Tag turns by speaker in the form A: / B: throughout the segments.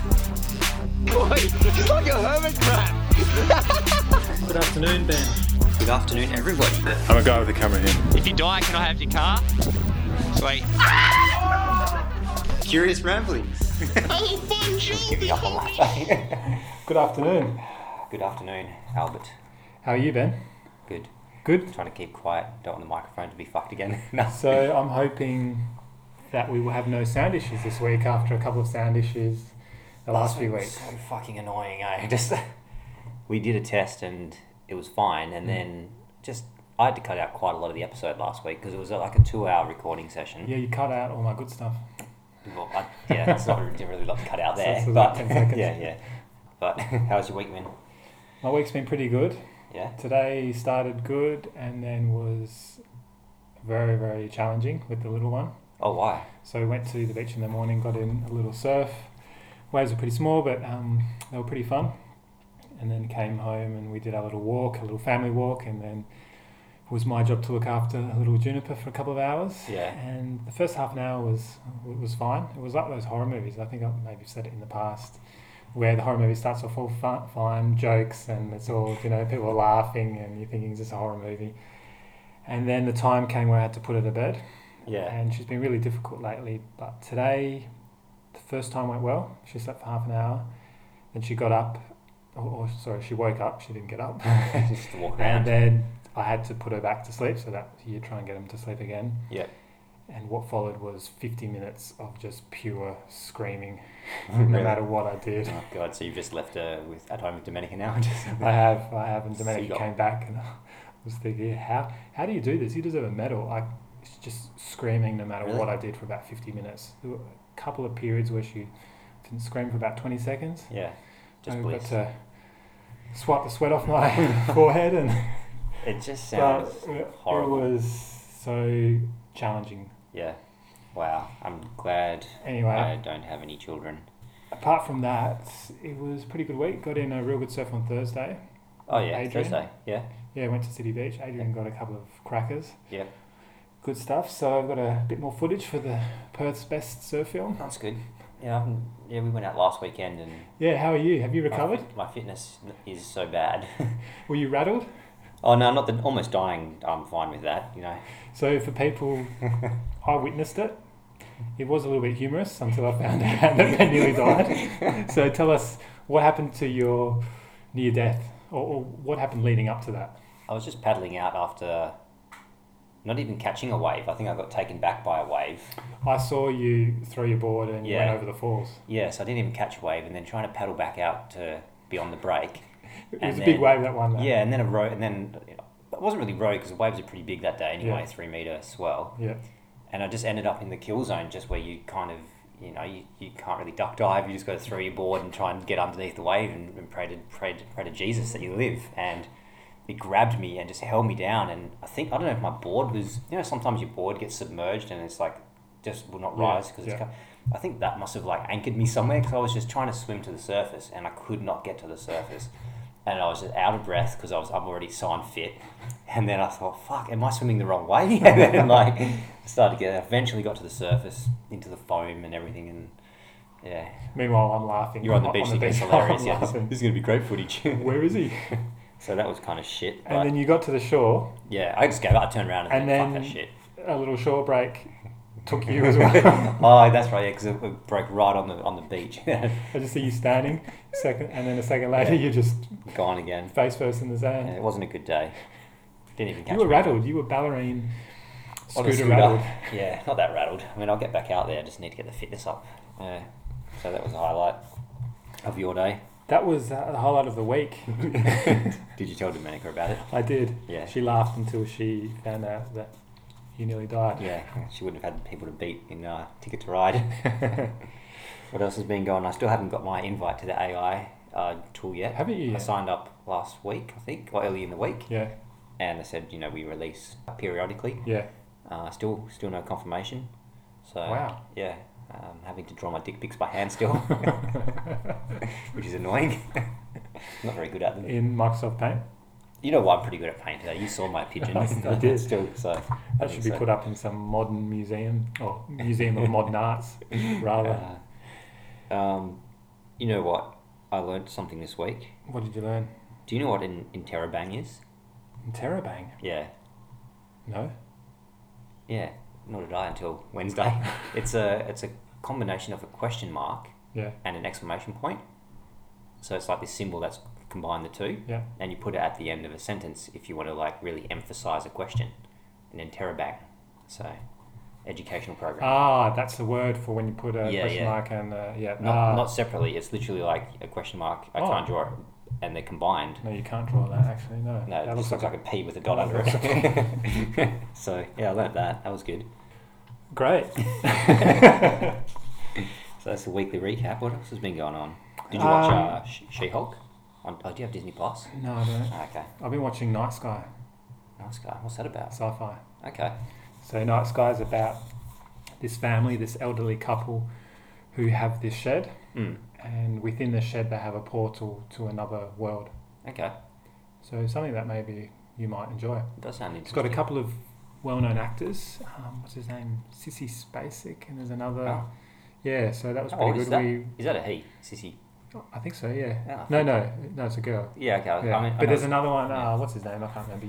A: Boy, it's like a hermit crab.
B: Good afternoon, Ben.
C: Good afternoon, everybody.
D: I'm a guy with a camera here.
A: If you die, can I have your car? Sweet.
C: Curious ramblings.
A: Oh, bonjour.
C: Give me up on that.
B: Good afternoon.
C: Good afternoon, Albert.
B: How are you, Ben?
C: Good.
B: Good.
C: Trying to keep quiet. Don't want the microphone to be fucked again. no.
B: So I'm hoping that we will have no sound issues this week after a couple of sound issues the last few
C: That's
B: weeks.
C: So fucking annoying, eh? Just we did a test and it was fine,
B: Mm.
C: and then just I had to cut out quite a lot of the episode last week because it was uh, like a two-hour recording session.
B: Yeah, you cut out all my good stuff.
C: Well, I, yeah, it's not didn't really like cut out
B: So
C: there,
B: it's about
C: but
B: 10 seconds.
C: yeah, yeah. But how's your week, man?
B: My week's been pretty good.
C: Yeah,
B: Today started good and then was very, very challenging with the little one.
C: Oh, why?
B: So we went to the beach in the morning, got in a little surf. Waves were pretty small, but um, they were pretty fun. And then came home and we did our little walk, a little family walk, and then it was my job to look after a little juniper for a couple of hours.
C: Yeah.
B: And the first half an hour was was fine. It was like those horror movies. I think I maybe said it in the past, where the horror movie starts off all fun, fine jokes and it's all you know people are laughing and you're thinking it's just a horror movie. And then the time came where I had to put her to bed
C: Yeah,
B: and she's been really difficult lately. But today, the first time went well. She slept for half an hour, then she got up, or, or sorry, she woke up. She didn't get up,
C: just to walk
B: and
C: around.
B: then I had to put her back to sleep. So that you try and get them to sleep again.
C: Yeah.
B: And what followed was fifty minutes of just pure screaming, no
C: Really?
B: matter what I did.
C: Oh god, so you've just left her with at home with Dominica now? Just-
B: I have, I have, and Domenica
C: Seagull.
B: came back, and I was thinking, how how do you do this? You deserve a medal. I it's just screaming no matter
C: Really?
B: what I did for about fifty minutes. There were a couple of periods where she didn't scream for about twenty seconds.
C: yeah, just
B: I
C: bliss.
B: got to swipe the sweat off my forehead, and
C: It just
B: but uh,
C: sounds
B: it
C: horrible.
B: was so challenging.
C: Yeah. Wow. I'm glad
B: Anyway,
C: I don't have any children.
B: apart from that, it was a pretty good week. Got in a real good surf on Thursday.
C: Oh yeah,
B: Adrian?
C: Thursday. Yeah.
B: Yeah, went to City Beach. Adrian got a couple of crackers.
C: Yep.
B: Good stuff. So I've got a bit more footage for the Perth's best surf film.
C: That's good. Yeah. I haven't- yeah. We went out last weekend and
B: Yeah, how are you? Have you
C: my
B: recovered?
C: fit- My, fitness is so bad.
B: Were you rattled?
C: oh no, not the almost dying. I'm fine with that. You know.
B: So for people, I witnessed it. It was a little bit humorous until I found out that Ben nearly died. So tell us what happened to your near death, or, or what happened leading up to that.
C: I was just paddling out after. Not even catching a wave. I think I got taken back by a wave.
B: I saw you throw your board and you
C: Yeah.
B: went over the falls.
C: Yeah, so I didn't even catch a wave, and then trying to paddle back out to be on the break.
B: It
C: And
B: was a big
C: then-
B: wave that one. Though.
C: Yeah, and then a row, and then it wasn't really row because the waves are pretty big that day anyway,
B: Yeah.
C: three meter swell.
B: Yeah.
C: And I just ended up in the kill zone, just where you kind of, you know, you, you can't really duck dive. You just got to throw your board and try and get underneath the wave and, and pray to pray to, pray to Jesus that you live. And it grabbed me and just held me down. And I think I don't know if my board was, you know, sometimes your board gets submerged and it's like just will not
B: Yeah,
C: rise because
B: yeah.
C: it's. Kind I think that must have like anchored me somewhere because I was just trying to swim to the surface and I could not get to the surface. And I was just out of breath because I was I'm already signed fit. And then I thought, fuck, am I swimming the wrong way? And then like started getting eventually got to the surface, into the foam and everything and yeah.
B: Meanwhile, I'm laughing.
C: You're on the beach,
B: on
C: thinking it's
B: I'm
C: hilarious. Yeah, this,
B: laughing.
C: is gonna be great footage.
B: Where is he?
C: so that was kind of shit. But
B: And then you got to the shore.
C: yeah, I just gave up. I turned around and,
B: And
C: then,
B: then-
C: fuck that shit.
B: A little shore break took you as well.
C: Oh, that's right. Yeah, because it, it broke right on the on the beach.
B: I just see you standing, second, and then a second later
C: Yeah.
B: you're just
C: Gone again.
B: face first in the sand.
C: Yeah, it wasn't a good day. Didn't even catch.
B: you were
C: a-
B: rattled. You were ballerine
C: on a
B: scooter, rattled.
C: Yeah, not that rattled. I mean, I'll get back out there. I just need to get the fitness up. Yeah. So that was the highlight of your day.
B: That was uh, the highlight of the week.
C: Did you tell Dominica about it?
B: I did.
C: Yeah.
B: She laughed until she found out that you nearly died.
C: Yeah, she wouldn't have had people to beat in uh, Ticket to Ride. what else has been going? I still haven't got my invite to the AI uh, tool yet.
B: Haven't you
C: I
B: yet?
C: signed up last week, I think, or early in the week,
B: Yeah.
C: and they said you know we release periodically.
B: Yeah.
C: Uh, still, still no confirmation. So
B: Wow.
C: yeah, um, having to draw my dick pics by hand still, which is annoying. Not very good at them.
B: In Microsoft Paint.
C: You know what? I'm pretty good at painting. Though. You saw my pigeon.
B: I did.
C: Still, so I
B: That
C: think
B: should be
C: so.
B: put up in some modern museum or museum of modern arts, rather.
C: Uh, um, You know what? I learned something this week.
B: What did you learn?
C: Do you know what an interrobang is?
B: Interrobang?
C: Yeah.
B: No.
C: Yeah. Nor did I until Wednesday. it's a it's a combination of a question mark
B: Yeah.
C: and an exclamation point. So it's like this symbol that's combined the two.
B: Yeah.
C: And you put it at the end of a sentence if you want to like really emphasize a question. An interrobang. So educational program.
B: Ah, that's the word for when you put a
C: Yeah,
B: question
C: yeah.
B: mark and uh, yeah.
C: not,
B: ah.
C: not separately, it's literally like a question mark, I
B: Oh.
C: can't draw it and they're combined.
B: No, you can't draw that actually. No.
C: No, it
B: that
C: just
B: looks like,
C: a P with a dot under it. so yeah, I learned that. That was good.
B: a... great.
C: So that's the weekly recap. What else has been going on? Did you watch
B: Um,
C: uh, Sh- She-Hulk? On, oh, do you have Disney Plus?
B: No, I don't.
C: Ah, Okay,
B: I've been watching Night Sky,
C: nice guy. What's that about?
B: sci-fi.
C: Okay,
B: So Night Sky is about this family, this elderly couple, who have this shed,
C: mm.
B: and within the shed they have a portal to another world.
C: okay,
B: So something that maybe you might enjoy.
C: it does sound
B: It's
C: interesting.
B: got a couple of well-known actors. Um, what's his name? Sissy Spacek, and there's another.
C: Oh.
B: Yeah, so that was
C: How
B: pretty
C: old
B: good.
C: Oh, is that?
B: We,
C: Is that a he, sissy?
B: I think so. Yeah.
C: Yeah, I
B: no, no, no, it's a girl.
C: Yeah, okay.
B: Yeah.
C: I mean, I
B: but
C: know-
B: there's another one.
C: yeah.
B: Uh, what's his name? I can't remember.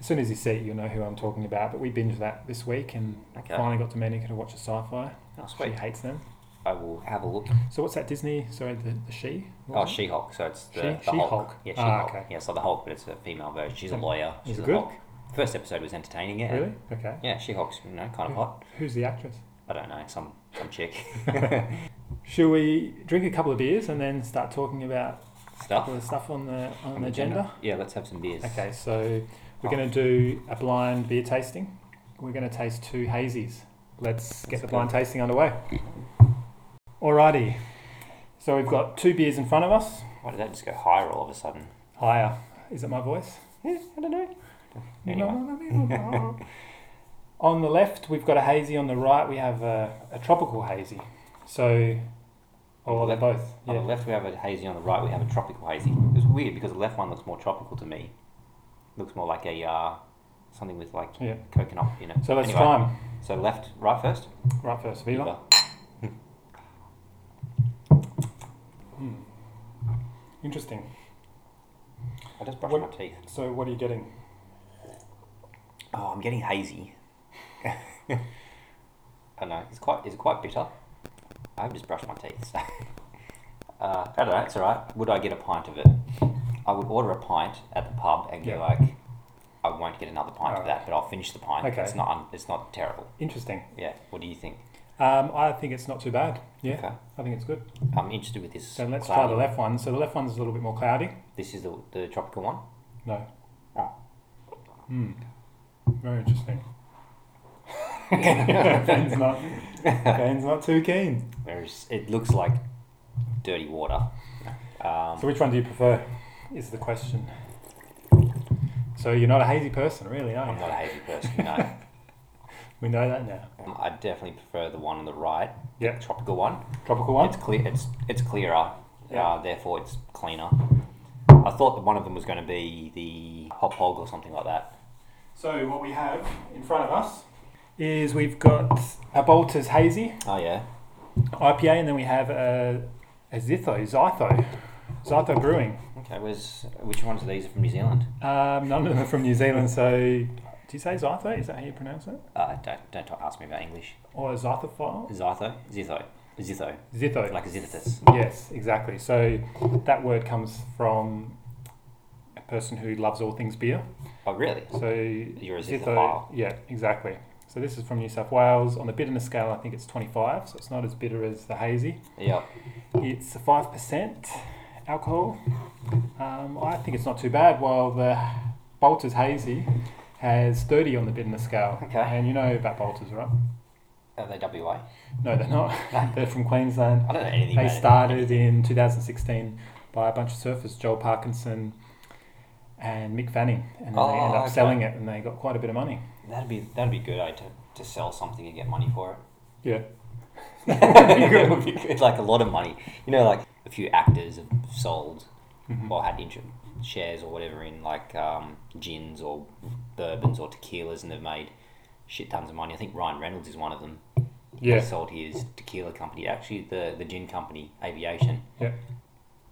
B: As soon as you see it, you'll know who I'm talking about. But we binged that this week and
C: Okay.
B: finally got Domenica to watch a sci-fi.
C: Oh,
B: She
C: sweet.
B: hates them.
C: I will have a look.
B: So what's that Disney? Sorry, the, the she. What
C: Oh,
B: was it?
C: She-Hulk. So it's the,
B: She-
C: the
B: She-Hulk.
C: Hulk. Yeah,
B: Ah,
C: She-Hulk.
B: okay.
C: Yeah, so the Hulk, but it's a female version. She's a
B: Mm.
C: lawyer.
B: Is
C: She's
B: it
C: a
B: good?
C: Hulk. First episode was entertaining. Yeah.
B: Really? Okay.
C: Yeah, She-Hulk's you know kind
B: Who-
C: of hot.
B: Who's the actress?
C: I don't know, some some chick
B: Should we drink a couple of beers and then start talking about a
C: stuff.
B: couple of stuff on the on,
C: On
B: the
C: the
B: agenda?
C: Yeah, let's have some beers.
B: Okay, so we're
C: Oh.
B: going to do a blind beer tasting. We're going to taste two hazies. Let's get
C: That's
B: the blind tasting underway. Alrighty. So we've got two beers in front of us.
C: Why did that just go higher all of a sudden?
B: Higher. Is it my voice?
C: Yeah, I don't know. Anyway.
B: on the left, we've got a hazy. On the right, we have a, a tropical hazy. So, oh, they're both.
C: On the
B: Yeah.
C: left we have a hazy, on the right we have a tropical hazy. It was weird because the left one looks more tropical to me. Looks more like a uh, something with like
B: yeah.
C: coconut in it.
B: So let's
C: Anyway,
B: try 'em.
C: So left, right first.
B: Right first, Viva. Hmm. Interesting.
C: I just brushed
B: What-
C: my teeth.
B: So, what are you getting?
C: Oh, I'm getting hazy. I know it's quite it's quite bitter. I've just brushed my teeth. So. Uh, I don't know. It's all right. Would I get a pint of it? I would order a pint at the pub and
B: Yeah.
C: go like, I won't get another pint of
B: Alright.
C: that, but I'll finish the pint.
B: Okay.
C: It's not un- it's not terrible.
B: Interesting.
C: Yeah. What do you think?
B: Um, I think it's not too bad. Yeah,
C: Okay.
B: I think it's good.
C: I'm interested with this.
B: So let's try
C: cloudy-
B: the left one. So the left one's a little bit more cloudy.
C: This is the, the tropical one.
B: No.
C: Oh.
B: Hmm. Very interesting. Ben's not. Ben's not too keen.
C: Whereas it looks like dirty water. Um,
B: So which one do you prefer? Is the question. So you're not a hazy person, really, are you?
C: I'm not a hazy person. No.
B: We know that now.
C: Um, I definitely prefer the one on the right,
B: Yeah.
C: tropical one.
B: Tropical one.
C: It's clear. It's it's clearer.
B: Yeah.
C: Uh, therefore, it's cleaner. I thought that one of them was going to be the hop hog or something like that.
B: So what we have in front of us is we've got a Bolter's hazy.
C: Oh yeah.
B: IPA, and then we have a, a Zitho, Zytho, Zytho Brewing.
C: Okay. Where's which ones of these are from New Zealand?
B: Um, none of them are from New Zealand, so do you say Zytho? Is that how you pronounce it?
C: Uh, don't don't talk, ask me about English.
B: Or a Zythophile?
C: Zitho, zitho, zitho,
B: Zitho.
C: like a zithithus.
B: Yes, exactly. So that word comes from a person who loves all things beer.
C: Oh really?
B: So
C: You're a
B: Zitho-
C: zithophile.
B: Yeah, exactly. So this is from New South Wales. On the bitterness scale, I think it's 25, so it's not as bitter as the hazy.
C: Yeah.
B: It's five percent alcohol. Um, I think it's not too bad. While the Bolter's Hazy has thirty on the bitterness scale.
C: Okay.
B: And you know about Bolters, right?
C: Are they WA?
B: No, they're not. they're from Queensland.
C: I don't know anything
B: They
C: about it.
B: started in 2016 by a bunch of surfers, Joel Parkinson and Mick Fanning, and then they
C: Oh,
B: ended up
C: okay.
B: selling it, and they got quite a bit of money.
C: That'd be that'd be good. I to to sell something and get money for it.
B: Yeah.
C: it would be good. Like a lot of money. You know, like a few actors have sold
B: Mm-hmm.
C: or had inter- shares or whatever in like um, gins or bourbons or tequilas and they've made shit tons of money. I think Ryan Reynolds is one of them.
B: Yeah.
C: was sold his tequila company, actually the the gin company, Aviation.
B: Yeah.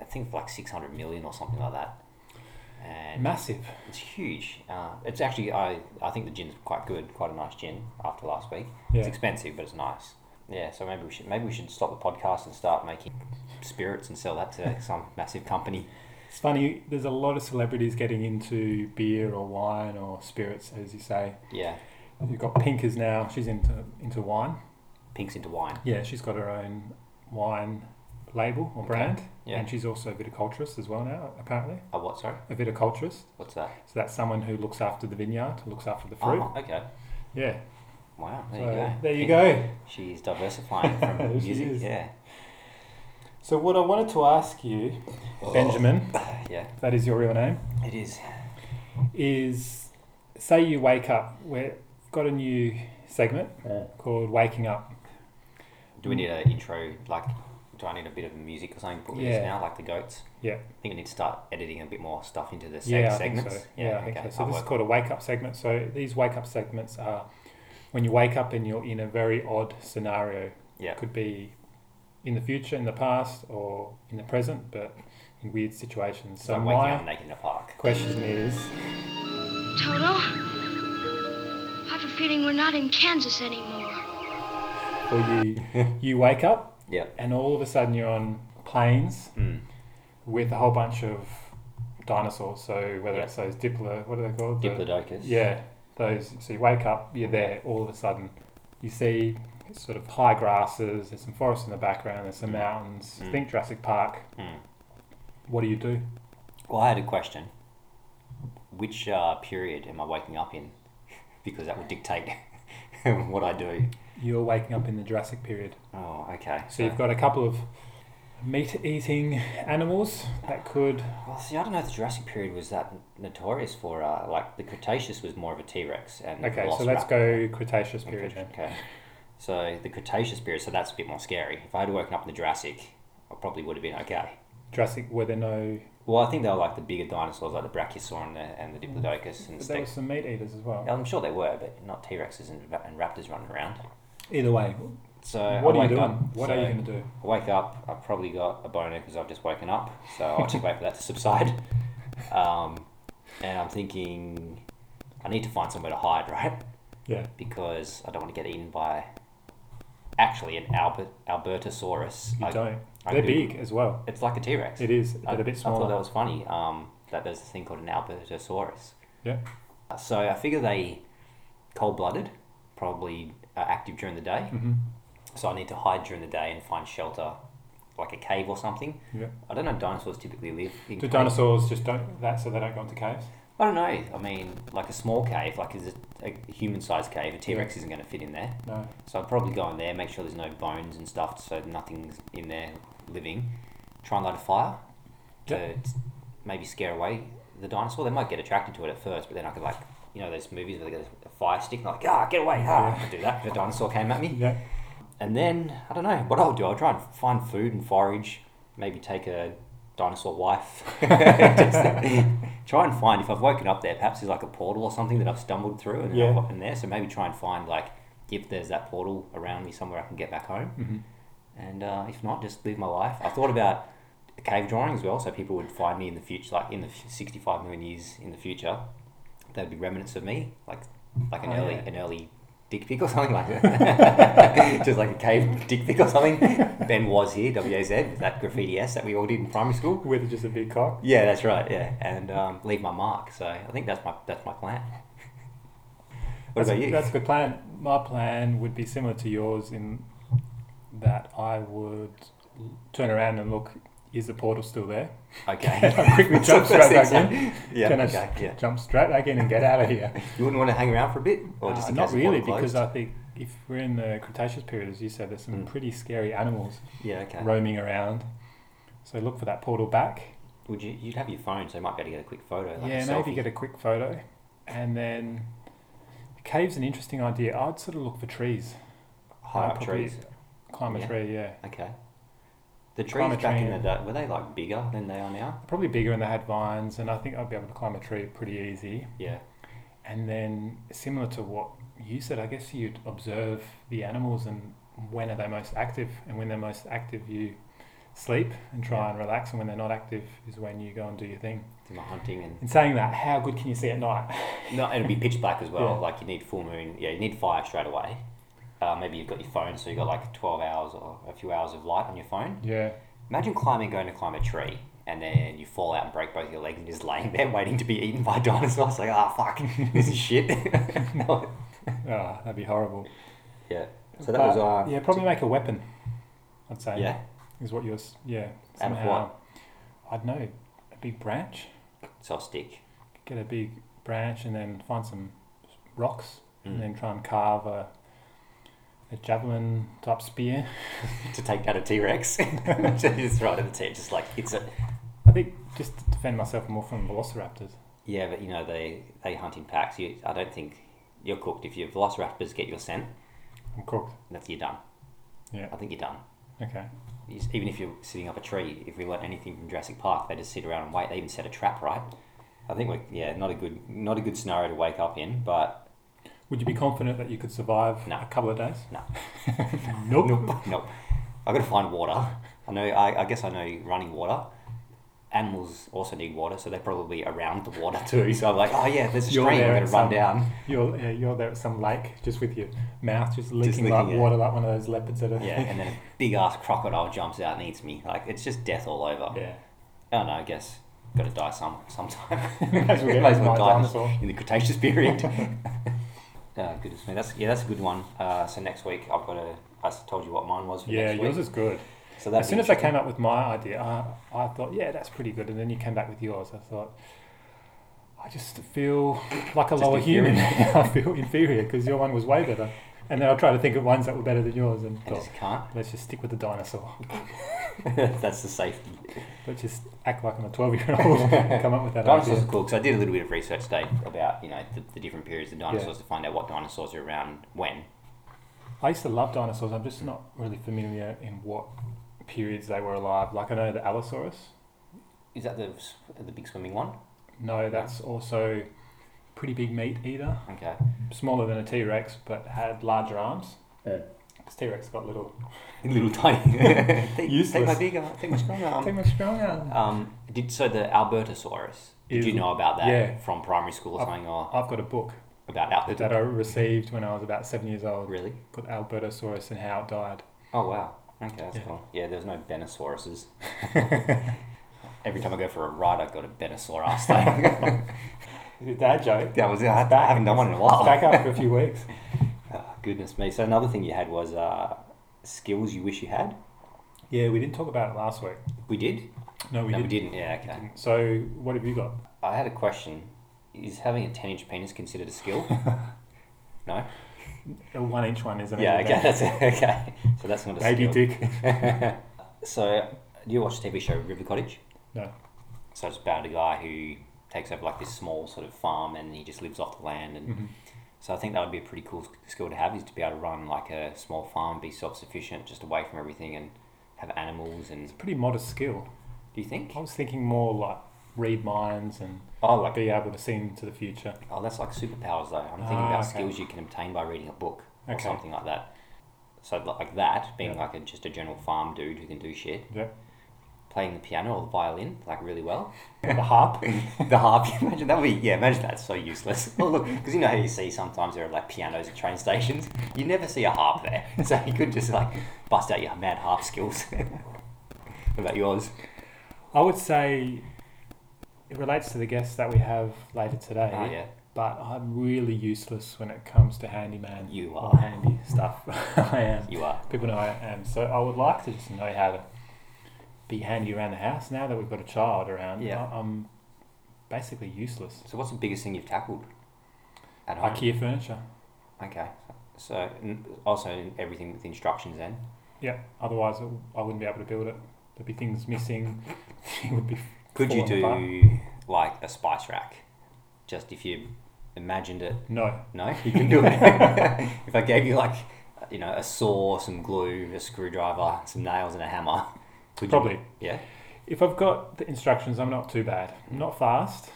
C: I think for like six hundred million or something like that. And
B: Massive.
C: It's huge. Uh, it's actually I I think the gin's quite good, quite a nice gin after last week.
B: Yeah.
C: It's expensive, but it's nice. Yeah, so maybe we should maybe we should stop the podcast and start making spirits and sell that to some massive company.
B: It's funny, there's a lot of celebrities getting into beer or wine or spirits, as you say.
C: Yeah,
B: You've got Pinkers now, she's into into wine.
C: pinks into wine.
B: Yeah, she's got her own wine label or
C: Okay.
B: brand.
C: Yeah.
B: And she's also a viticulturist as well now, apparently.
C: Oh, what? Sorry,
B: A viticulturist.
C: what's that?
B: So that's someone who looks after the vineyard, looks after the fruit.
C: Oh, okay.
B: Yeah.
C: Wow. There
B: so
C: you go.
B: there you go.
C: She's diversifying from
B: She
C: music.
B: is.
C: Yeah.
B: So what I wanted to ask you,
C: Oh.
B: Benjamin,
C: uh, Yeah.
B: that is your real name,
C: It is.
B: is say you wake up. We've got a new segment called Waking Up.
C: Do we need an intro? Like, do I need a bit of music or something? Put with this
B: Yeah.
C: now, like the goats.
B: Yeah.
C: I think I need to start editing a bit more stuff into the seg-
B: yeah, I think
C: segments.
B: so. Yeah, I think so. So
C: I'll
B: this is
C: work-
B: called a wake up segment. So these wake up segments are when you wake up and you're in a very odd scenario.
C: Yeah.
B: Could be in the future, in the past, or in the present, but in weird situations.
C: So
B: So
C: I'm waking
B: my
C: up naked in a park.
B: question is,
D: Toto, I have a feeling we're not in Kansas anymore.
B: for you, you wake up
C: Yeah.
B: and all of a sudden you're on planes
C: Mm.
B: with a whole bunch of dinosaurs. So whether
C: Yeah.
B: it's those diplo, what are they called? The-
C: Diplodocus.
B: yeah, those. So you wake up, you're there. All of a sudden, you see sort of high grasses. There's some forests in the background. There's some mountains.
C: Mm.
B: Think Jurassic Park.
C: Mm.
B: What do you do?
C: Well, I had a question. Which uh, period am I waking up in? Because that would dictate what I do.
B: You're waking up in the Jurassic period.
C: Oh, okay.
B: So you've got a couple of meat-eating animals that could.
C: Well, see, I don't know if the Jurassic period was that notorious for, uh, like, the Cretaceous was more of a T Rex and
B: Okay, so
C: Velociraptor.
B: let's go Cretaceous period. then.
C: Okay. So the Cretaceous period, so that's a bit more scary. If I had woken up in the Jurassic, I probably would have been okay.
B: Jurassic, were there no?
C: Well, I think they were like the bigger dinosaurs, like the Brachiosaur and the, and the Diplodocus and
B: Mm. But there were
C: stuff.
B: some meat eaters as well.
C: I'm sure they were, but not T Rexes and, ra- and raptors running around.
B: Either way,
C: So
B: what
C: I
B: are you
C: wake
B: doing?
C: Up,
B: what
C: um, so
B: are you going to do?
C: I wake up. I've probably got a boner because I've just woken up, so I'll just wait for that to subside. Um, and I'm thinking, I need to find somewhere to hide, right?
B: Yeah.
C: Because I don't want to get eaten by actually an Albert Albertosaurus.
B: You
C: I-
B: don't.
C: I
B: They're
C: could-
B: big as well.
C: It's like a T Rex.
B: It is,
C: I,
B: but a bit
C: I thought
B: smaller.
C: that was funny. Um, that there's a thing called an Albertosaurus. Uh,
B: Yeah.
C: So I figure they cold blooded, probably are active during the day.
B: hmm
C: So I need to hide during the day and find shelter, like a cave or something.
B: Yeah.
C: I don't know. if Dinosaurs typically live in.
B: Do
C: caves.
B: dinosaurs just don't that so they don't go into caves?
C: I don't know. I mean, like a small cave, like is it a human-sized cave? A T Rex isn't going to fit in there.
B: No.
C: So I'd probably go in there, make sure there's no bones and stuff, so nothing's in there living. Try and light a fire to s- maybe scare away the dinosaur. They might get attracted to it at first, but then I could like, you know, those movies where they get a fire stick, like ah, get away, ah, I could do that. if a dinosaur came at me.
B: Yeah.
C: And then I don't know what I'll do. I'll try and find food and forage. Maybe take a dinosaur wife. Just try and find if I've woken up there. Perhaps there's like a portal or something that I've stumbled through and then
B: Yeah.
C: I've gotten there. So maybe try and find like if there's that portal around me somewhere I can get back home.
B: Mhm.
C: And uh, if not, just live my life. I thought about a cave drawing as well, so people would find me in the future, like in the f- 65 million years in the future. There'd be remnants of me, like like an
B: Oh,
C: early
B: yeah.
C: an early dick pic or something like that. Just like a cave dick pic or something. Ben was here, WAZ, that graffiti S that we all did in primary school.
B: With just a big cock.
C: Yeah, that's right. Yeah, and um, leave my mark. So I think that's my that's my plan. What
B: that's,
C: about you?
B: That's a good plan. My plan would be similar to yours in that I would l- turn around and look, is the portal still there?
C: okay.
B: I quickly jump straight back in.
C: Yeah.
B: Can I
C: okay.
B: s-
C: Yeah.
B: jump straight back in and get out of here?
C: You wouldn't want to hang around for a bit, or just
B: Uh,
C: in
B: not
C: case the portal
B: really, because
C: closed?
B: I think if we're in the Cretaceous period, as you said, there's some
C: Mm.
B: pretty scary animals
C: yeah. Okay.
B: roaming around. So look for that portal back.
C: Would you? You'd have your phone, so you might be able to get a quick photo. Like
B: yeah,
C: a
B: maybe
C: selfie.
B: get a quick photo, and then cave's an interesting idea. I'd sort of look for trees,
C: high
B: I'd
C: up
B: probably-
C: trees.
B: climb a
C: Yeah.
B: tree. Yeah,
C: Okay. The
B: Climb
C: trees
B: a
C: back in
B: tree.
C: the day were they like bigger than they are now?
B: probably bigger, and they had vines, and I think I'd be able to climb a tree pretty easy.
C: Yeah.
B: And then similar to what you said, I guess you'd observe the animals and when are they most active, and when they're most active, you sleep and try and relax, and when they're not active, is when you go and do your thing.
C: Do my hunting and
B: In saying that, how good can you see at night?
C: No, it'll be pitch black as well.
B: Yeah.
C: Like you need full moon. Yeah, you need fire straight away. Uh, maybe you've got your phone, so you've got like twelve hours or a few hours of light on your phone.
B: yeah,
C: Imagine climbing, going to climb a tree, and then you fall out and break both your legs, and just laying there waiting to be eaten by dinosaurs. Like, ah, fuck, this is shit. No.
B: Ah, that'd be horrible.
C: Yeah. So that was
B: But,
C: uh,
B: yeah, probably make a weapon. I'd say.
C: Yeah.
B: is what yours. Yeah,
C: Out of
B: somehow. I'd know a big branch.
C: so I'll stick.
B: Get a big branch and then find some rocks
C: Mm.
B: and then try and carve a a javelin type spear.
C: to take down a T Rex. just right at the T, just like it's a
B: I think just to defend myself more from velociraptors.
C: yeah, but you know they they hunt in packs. You, I don't think you're cooked if your Velociraptors get your scent.
B: I'm cooked.
C: That's you're done.
B: Yeah.
C: I think you're done.
B: Okay.
C: You s- Even if you're sitting up a tree, if we learn anything from Jurassic Park, they just sit around and wait. They even set a trap, right? I think we're yeah, not a good not a good scenario to wake up in, but
B: Would you be confident that you could survive
C: No.
B: a couple of days?
C: no,
B: Nope.
C: nope. I got to find water. I know. I, I guess I know running water. Animals also need water, so they're probably around the water too. So I'm like, oh yeah, there's a
B: You're
C: stream. I'm
B: there at
C: gonna run
B: some-
C: down.
B: You're uh, you're there at some lake just with your mouth just leaking
C: licking
B: like
C: it.
B: water, like one of those leopards that are.
C: Yeah, and then a big ass crocodile jumps out and eats me. Like it's just death all over.
B: yeah.
C: I don't know. I guess got to die some sometime.
B: Might as well get
C: Might as
B: eaten by
C: well
B: a
C: die
B: dinosaur.
C: in the Cretaceous period. uh, goodness me, that's yeah, that's a good one. Uh, so next week I've got a. I s- told you what mine was for
B: Yeah,
C: next
B: yours
C: week.
B: is good.
C: so that'd
B: as
C: be
B: soon as I
C: interesting.
B: came up with my idea, I, I thought, yeah, that's pretty good. And then you came back with yours. I thought, I just feel like a
C: Just
B: lower human.
C: inferior.
B: I feel inferior because your one was way better. And then I tried to think of ones that were better than yours and
C: I
B: thought,
C: just can't.
B: let's just stick with the dinosaur.
C: That's the safety.
B: Let's just act like I'm a 12 year old and come up with that
C: Dinosaurs
B: idea.
C: are cool because I did a little bit of research today about you know the, the different periods of dinosaurs to find out what dinosaurs are around when.
B: I used to love dinosaurs. I'm just not really familiar in what periods they were alive. Like I know the Allosaurus.
C: Is that the s- the big swimming one?
B: No, that's also pretty big meat eater.
C: Okay.
B: smaller than a T Rex, but had larger arms.
C: Yeah.
B: Because T Rex got little.
C: Little tiny. take, take my
B: Useless.
C: big arm. Take my strong arm.
B: Too much stronger.
C: Um, did so the Albertosaurus. Did
B: Is-
C: you know about that
B: yeah.
C: from primary school or
B: I've-
C: something, or
B: Uh, I've got a book
C: about Albertosaurus?
B: that I received when I was about seven years old
C: Really?
B: called Albertosaurus and How It Died.
C: Oh wow. Okay, that's
B: Yeah.
C: cool. Yeah, there's no Benosauruses. Every time I go for a ride, I got a Benosaur ass thing.
B: That joke.
C: that was it. I, I haven't done one in a while.
B: Back after a few weeks.
C: Oh, goodness me. So another thing you had was uh, skills you wish you had.
B: Yeah, we didn't talk about it last week.
C: We did.
B: No, we
C: no,
B: didn't.
C: we didn't. Yeah. Okay.
B: So, what have you got?
C: I had a question. Is having a ten-inch penis considered a skill? no.
B: A one inch one, isn't it?
C: Yeah. Okay. That's it. Okay. So that's not a
B: Baby
C: skill.
B: dick.
C: so, do you watch the TV show River Cottage?
B: No.
C: So it's about a guy who takes over like this small sort of farm and he just lives off the land. And so I think that would be a pretty cool sk- skill to have is to be able to run like a small farm, be self sufficient, just away from everything, and have animals. And
B: Pretty modest skill.
C: do you think?
B: I was thinking more like read minds and
C: Oh, like
B: be able to see into the future.
C: oh, that's like superpowers though. I'm thinking
B: Ah,
C: about
B: okay.
C: skills you can obtain by reading a book or
B: Okay.
C: something like that. So like that, being
B: Yeah.
C: like a, just a general farm dude who can do shit,
B: Yeah.
C: playing the piano or the violin like really well.
B: The harp.
C: the harp. Imagine that would be yeah. Imagine that's so useless. Oh look, because you know how you see sometimes there are like pianos at train stations. You never see a harp there, so you could just like bust out your mad harp skills. what about yours?
B: I would say it relates to the guests that we have later today.
C: Ah, yeah.
B: But I'm really useless when it comes to handyman
C: You
B: or
C: are.
B: handy stuff. I am.
C: You are.
B: People know I am. So I would like to just know how to be handy around the house. Now that we've got a child around,
C: Yeah.
B: I- I'm basically useless.
C: So what's the biggest thing you've tackled? At home.
B: IKEA furniture.
C: Okay. So n- also in everything with instructions then.
B: Yeah. Otherwise, it, I wouldn't be able to build it. There'd be things missing. it would be.
C: Could you
B: falling apart.
C: do like a spice rack? Just if you imagined it
B: No.
C: No, you can do it. if I gave you like, you know, a saw, some glue, a screwdriver, some nails, and a hammer, could
B: Probably.
C: you? Yeah.
B: If I've got the instructions, I'm not too bad. I'm not fast,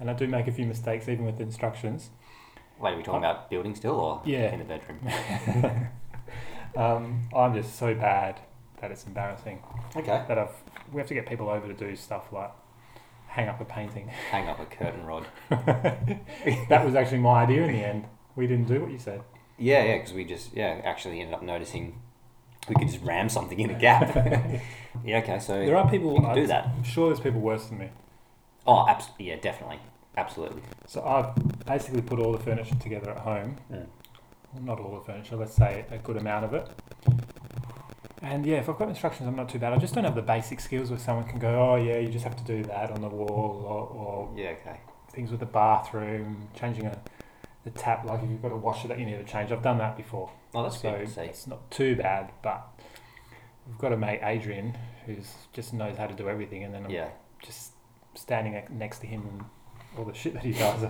B: and I do make a few mistakes even with instructions.
C: Wait, are we talking about building still or
B: Yeah.
C: in the bedroom?
B: Um, I'm just so bad that it's embarrassing
C: Okay.
B: that I've. We have to get people over to do stuff like hang up a painting.
C: Hang up a curtain rod.
B: that was actually my idea in the end. We didn't do what you said.
C: Yeah, yeah, because we just yeah actually ended up noticing we could just ram something in a gap. yeah. Okay. So
B: There are people
C: you can do that.
B: I'm sure there's people worse than me.
C: Oh, abs- Yeah, definitely. Absolutely.
B: So I've basically put all the furniture together at home.
C: Yeah.
B: Well, not all the furniture, let's say a good amount of it. And yeah, if I've got instructions, I'm not too bad. I just don't have the basic skills where someone can go, oh yeah, you just have to do that on the wall or, or
C: Yeah. Okay.
B: things with the bathroom, changing a, the tap, like if you've got a washer that you need to change. I've done that before.
C: Oh, that's
B: so
C: good. See.
B: it's not too bad, but we've got a mate, Adrian, who's just knows how to do everything, and then I'm
C: Yeah.
B: just standing ne- next to him and all the shit that he does.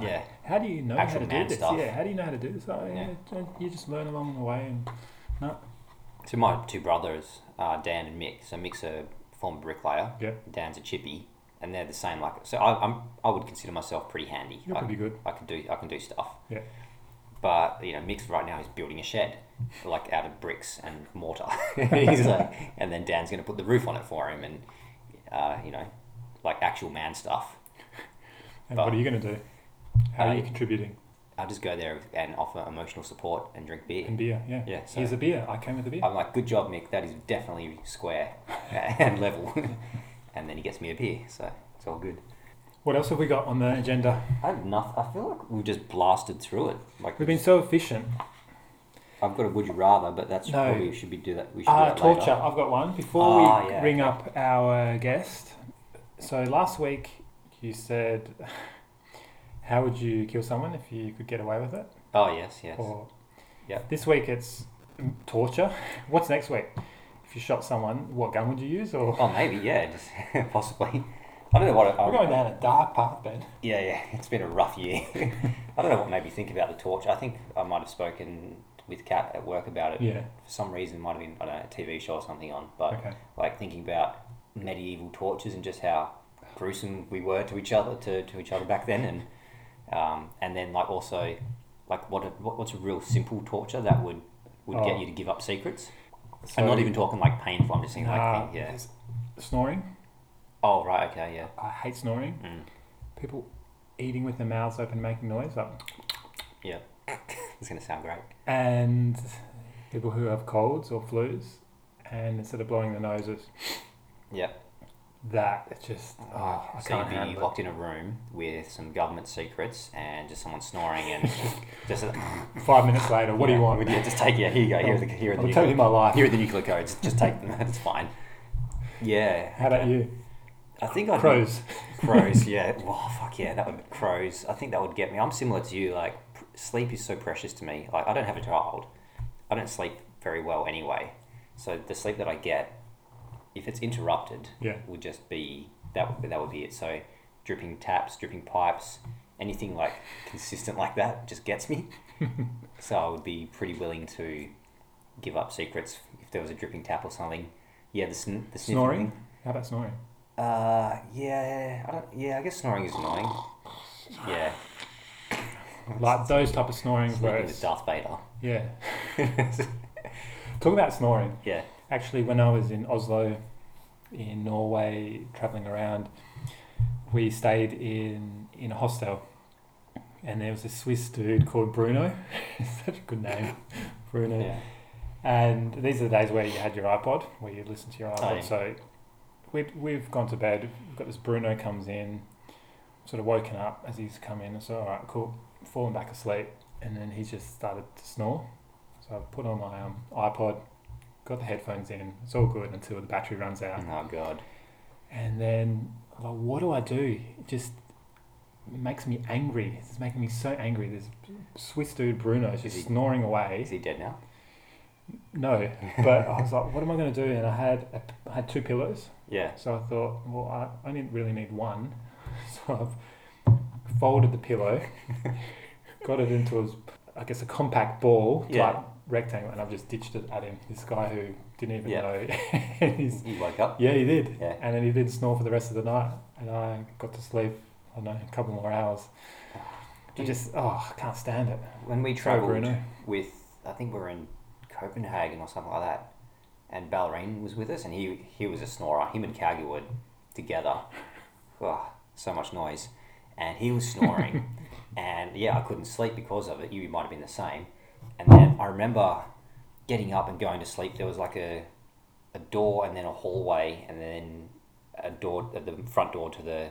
C: Yeah.
B: How do you know
C: Actual
B: how to
C: man
B: do this?
C: stuff.
B: Yeah, how do you know how to do this? Oh, yeah,
C: Yeah.
B: don't- you just learn along the way. And
C: So my two brothers are Dan and Mick. So Mick's a former bricklayer.
B: yeah,
C: Dan's a chippy, and they're the same. Like so, I, I'm I would consider myself pretty handy.
B: you're
C: I,
B: pretty good.
C: I can do I can do stuff.
B: Yeah.
C: But you know, Mick's right now he's building a shed, like out of bricks and mortar. he's like, and then Dan's gonna put the roof on it for him, and uh, you know, like actual man stuff.
B: And
C: but-
B: what are you going to do? How
C: Uh,
B: are you contributing?
C: I just go there and offer emotional support and drink beer.
B: And beer, yeah.
C: Yeah, so- Uh,
B: Here's a beer. I came with a beer.
C: I'm like, good job, Mick. That is definitely square and level. and then he gets me a beer, so it's all good.
B: What else have we got on the agenda?
C: I have nothing. I feel like we've just blasted through it. Like
B: We've been so efficient.
C: I've got a would you rather, but that's
B: No.
C: probably should be do that. We should
B: Ah,
C: do that
B: torture.
C: later.
B: I've got one. Before
C: Ah,
B: we
C: yeah,
B: ring up our guest, so last week you said, "How would you kill someone if you could get away with it?"
C: Oh yes, yes.
B: Or
C: Yep.
B: this week it's mm, torture. What's next week? If you shot someone, what gun would you use? Or
C: Oh, maybe yeah, just possibly. I don't know what. I,
B: we're going down a dark path, Ben.
C: Yeah, yeah. It's been a rough year. I don't know what made me think about the torch. I think I might have spoken with Kat at work about it.
B: Yeah.
C: For some reason, it might have been I don't know a TV show or something on, but
B: Okay.
C: like thinking about medieval torches and just how gruesome we were to each other to, to each other back then, and um, and then like also like what, a, what what's a real simple torture that would would
B: Oh.
C: get you to give up secrets.
B: So-
C: I'm not even talking like painful. I'm just saying
B: Nah,
C: like yeah.
B: Uh, s- Snoring.
C: Oh right, okay, yeah.
B: I hate snoring.
C: Mm.
B: People eating with their mouths open, making noise. Like,
C: It's gonna sound great.
B: and people who have colds or flus, and instead of blowing their noses,
C: Yeah.
B: that it's just oh, I
C: so
B: can't
C: you'd be
B: handle it.
C: locked in a room with some government secrets and just someone snoring and just
B: Five minutes later, what do you want?
C: Yeah, just take yeah. Here you go. Here are the here are the
B: I'll
C: nuclear,
B: tell you my life.
C: here are the nuclear codes. Just take them. It's fine. Yeah.
B: How about you?
C: I think I'd
B: Crows.
C: Crows. Yeah. Wow. Fuck yeah. That would crows. I think that would get me. I'm similar to you. Like pr- sleep is so precious to me. Like I don't have a child. I don't sleep very well anyway. So the sleep that I get, if it's interrupted,
B: Yeah.
C: would just be that. Would, that would be it. So dripping taps, dripping pipes, anything like consistent like that just gets me. so I would be pretty willing to give up secrets if there was a dripping tap or something. Yeah, the, sn- the sniffing thing.
B: Snoring. How about snoring?
C: Uh, yeah, I don't. Yeah, I guess snoring is annoying. Yeah,
B: Like those type of snoring where
C: sleeping with
B: it's-
C: Darth Vader.
B: Yeah. Talk about snoring.
C: yeah,
B: Actually, when I was in Oslo, in Norway, traveling around, we stayed in in a hostel, and there was a Swiss dude called Bruno. Such a good name, Bruno.
C: yeah,
B: And these are the days where you had your iPod, where you listen to your iPod.
C: yeah.
B: So we'd, we've gone to bed. We've got this Bruno comes in, sort of woken up as he's come in. So, all right, cool. Fallen back asleep. And then he just started to snore. So I put on my um, iPod, got the headphones in. It's all good until the battery runs out.
C: Oh god.
B: And then, I'm like, what do I do? It just makes me angry. It's making me so angry. This Swiss dude, Bruno, is just
C: he-
B: snoring away.
C: Is he dead now?
B: No, but I was like, what am I going to do? And I had a, I had two pillows,
C: Yeah.
B: so I thought, well, I only really need one, so I've folded the pillow, got it into a, I guess a compact ball
C: Yeah.
B: type rectangle, and I've just ditched it at him. This guy who didn't even
C: Yeah.
B: know. And he's,
C: He woke up.
B: yeah, he did,
C: Yeah.
B: and then he did snore for the rest of the night, and I got to sleep. I don't know a couple more hours. I
C: Ah, Dude.
B: just oh, I can't stand it.
C: When we
B: Sorry,
C: travelled
B: Bruno.
C: with, I think we were in Copenhagen or something like that, and Ballerine was with us, and he he was a snorer. Him and Kaugi were together. Ugh, so much noise, and he was snoring, and yeah, I couldn't sleep because of it. You might have been the same, and then I remember getting up and going to sleep. There was like a a door and then a hallway and then a door the front door to the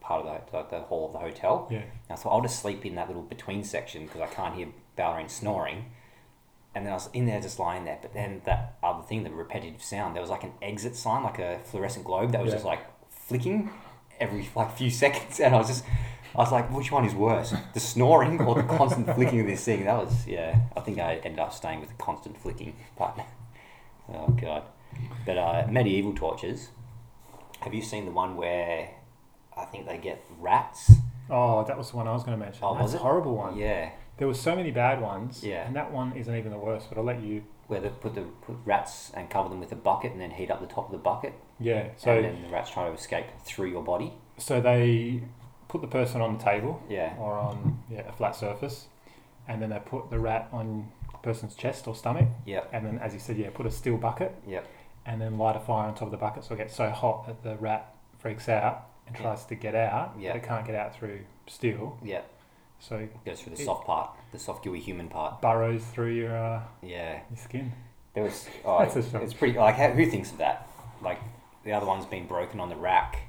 C: part of the, like the hall of the hotel.
B: Yeah.
C: And I thought I'll just sleep in that little between section because I can't hear Ballerine snoring. And then I was in there just lying there. But then that other thing, the repetitive sound, there was like an exit sign, like a fluorescent globe that was
B: Yeah.
C: just like flicking every like few seconds. And I was just, I was like, which one is worse, the snoring or the constant flicking of this thing? That was yeah. I think I ended up staying with the constant flicking. But oh god. But uh, medieval tortures. Have you seen the one where I think they get rats?
B: Oh, that was the one I was going to mention.
C: Oh,
B: That's
C: was
B: a
C: it?
B: horrible one.
C: Yeah,
B: There were so many bad ones.
C: Yeah.
B: And that one isn't even the worst, but I'll let you.
C: where they put the put rats and cover them with a bucket and then heat up the top of the bucket,
B: Yeah. So
C: and then the rats try to escape through your body.
B: so they put the person on the table
C: Yeah,
B: or on yeah, a flat surface, and then they put the rat on the person's chest or stomach,
C: yep,
B: and then as you said, yeah, put a steel bucket
C: yep.
B: and then light a fire on top of the bucket so it gets so hot that the rat freaks out and
C: Yeah.
B: tries to get out,
C: Yeah.
B: but it can't get out through steel,
C: Yeah,
B: so it
C: goes through the
B: It-
C: soft part, the soft gooey human part.
B: burrows through your, uh,
C: Yeah,
B: your skin.
C: there was. Oh,
B: That's a
C: it's,
B: shock.
C: it's pretty. Like, how, who thinks of that? Like, the other one's been broken on the rack,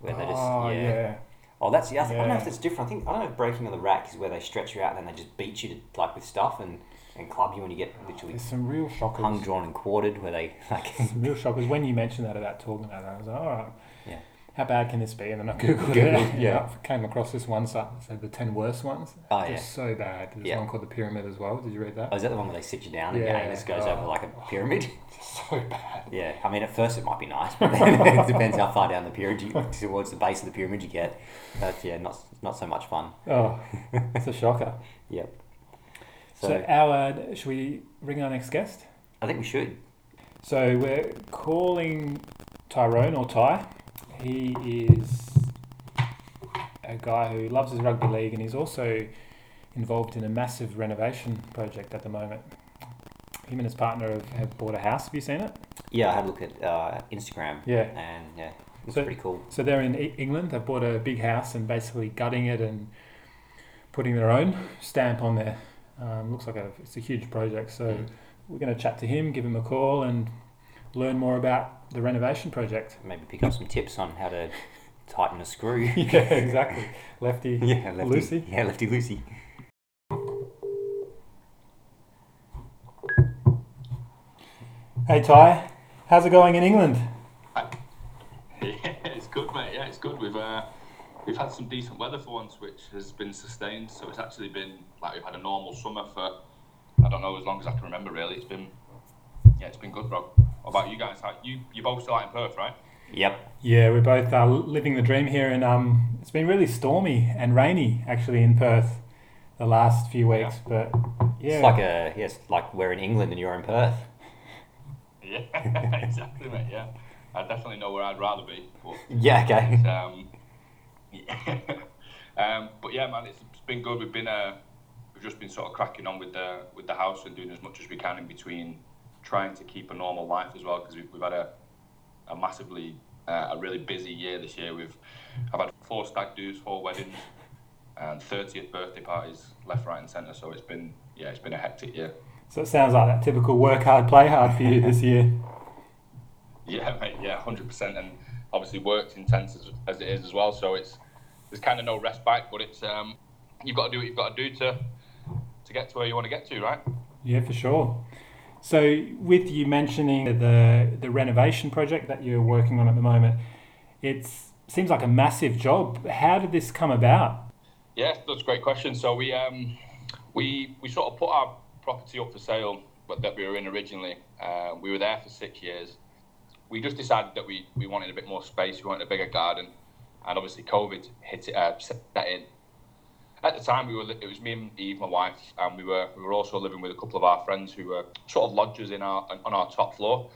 C: where they just
B: oh
C: yeah.
B: yeah,
C: Oh, that's the other. I don't know
B: Yeah.
C: if that's different. I think I don't know if breaking on the rack is where they stretch you out and then they just beat you to, like with stuff and, and club you and you get literally
B: there's some real shockers.
C: hung, drawn, and quartered. Where they like
B: Some real shockers. When you mentioned that about talking about that, I was like, all right.
C: Yeah.
B: How bad can this be? And then I googled
C: Google,
B: it. and
C: yeah.
B: I came across this one site that said the ten worst ones.
C: Oh,
B: Just
C: yeah.
B: so bad. There's
C: Yeah.
B: one called the pyramid as well. Did you read that?
C: oh, is that the one where they sit you down and
B: Yeah. Oh.
C: your anus goes over like a pyramid?
B: so bad.
C: Yeah, I mean, at first it might be nice, but then it depends how far down the pyramid you, towards the base of the pyramid you get. That's yeah, not not so much fun.
B: Oh, it's a shocker.
C: Yep.
B: So,
C: So,
B: our should we ring our next guest?
C: I think we should.
B: So we're calling Tyrone or Ty. He is a guy who loves his rugby league and he's also involved in a massive renovation project at the moment. Him and his partner have, have bought a house. Have you seen it?
C: Yeah, I had a look at uh, Instagram.
B: Yeah.
C: And yeah, it's
B: So-
C: pretty cool.
B: So they're in E- England. They've bought a big house and basically gutting it and putting their own stamp on there. Um, looks like a, it's a huge project. So
C: Mm.
B: we're going to chat to him, give him a call, and learn more about the renovation project.
C: Maybe pick up some tips on how to tighten a screw.
B: yeah, exactly. Lefty.
C: yeah, lefty,
B: Lucy?
C: Yeah, lefty Lucy.
B: Hey Ty, how's it going in England?
E: Yeah, it's good, mate. Yeah, it's good. We've uh, we've had some decent weather for once, which has been sustained. So it's actually been like we've had a normal summer for I don't know as long as I can remember. Really, it's been yeah, it's been good, bro. What about you guys? How, you you both still out in Perth, right?
C: Yep.
B: Yeah, we're both uh, living the dream here, and um, it's been really stormy and rainy actually in Perth the last few weeks. But yeah,
C: It's like a yes, like we're in England and you're in Perth.
E: Yeah, exactly, mate. Yeah, I definitely know where I'd rather be. But,
C: Yeah. Okay.
E: um, yeah. um, but yeah, man, it's, it's been good. We've been uh, we've just been sort of cracking on with the with the house and doing as much as we can in between, trying to keep a normal life as well because we've, we've had a a massively uh, a really busy year this year. We've I've had four stag do's, four weddings, and thirtieth birthday parties left, right, and centre. So it's been yeah, it's been a hectic year.
B: so it sounds like that typical work hard, play hard for you this year.
E: Yeah, mate. Yeah, hundred percent. And obviously, work's intense as, as it is as well. So it's there's kind of no respite, but it's um, you've got to do what you've got to do to to get to where you want to get to, right?
B: Yeah, for sure. So with you mentioning the the renovation project that you're working on at the moment, it seems like a massive job. How did this come about?
E: Yeah, that's a great question. So we um, we we sort of put our property up for sale, but that we were in originally. Uh, we were there for six years. We just decided that we, we wanted a bit more space. We wanted a bigger garden, and obviously COVID hit it uh, set that in. At the time, we were li- it was me and Eve, my wife, and we were we were also living with a couple of our friends who were sort of lodgers in our on our top floor.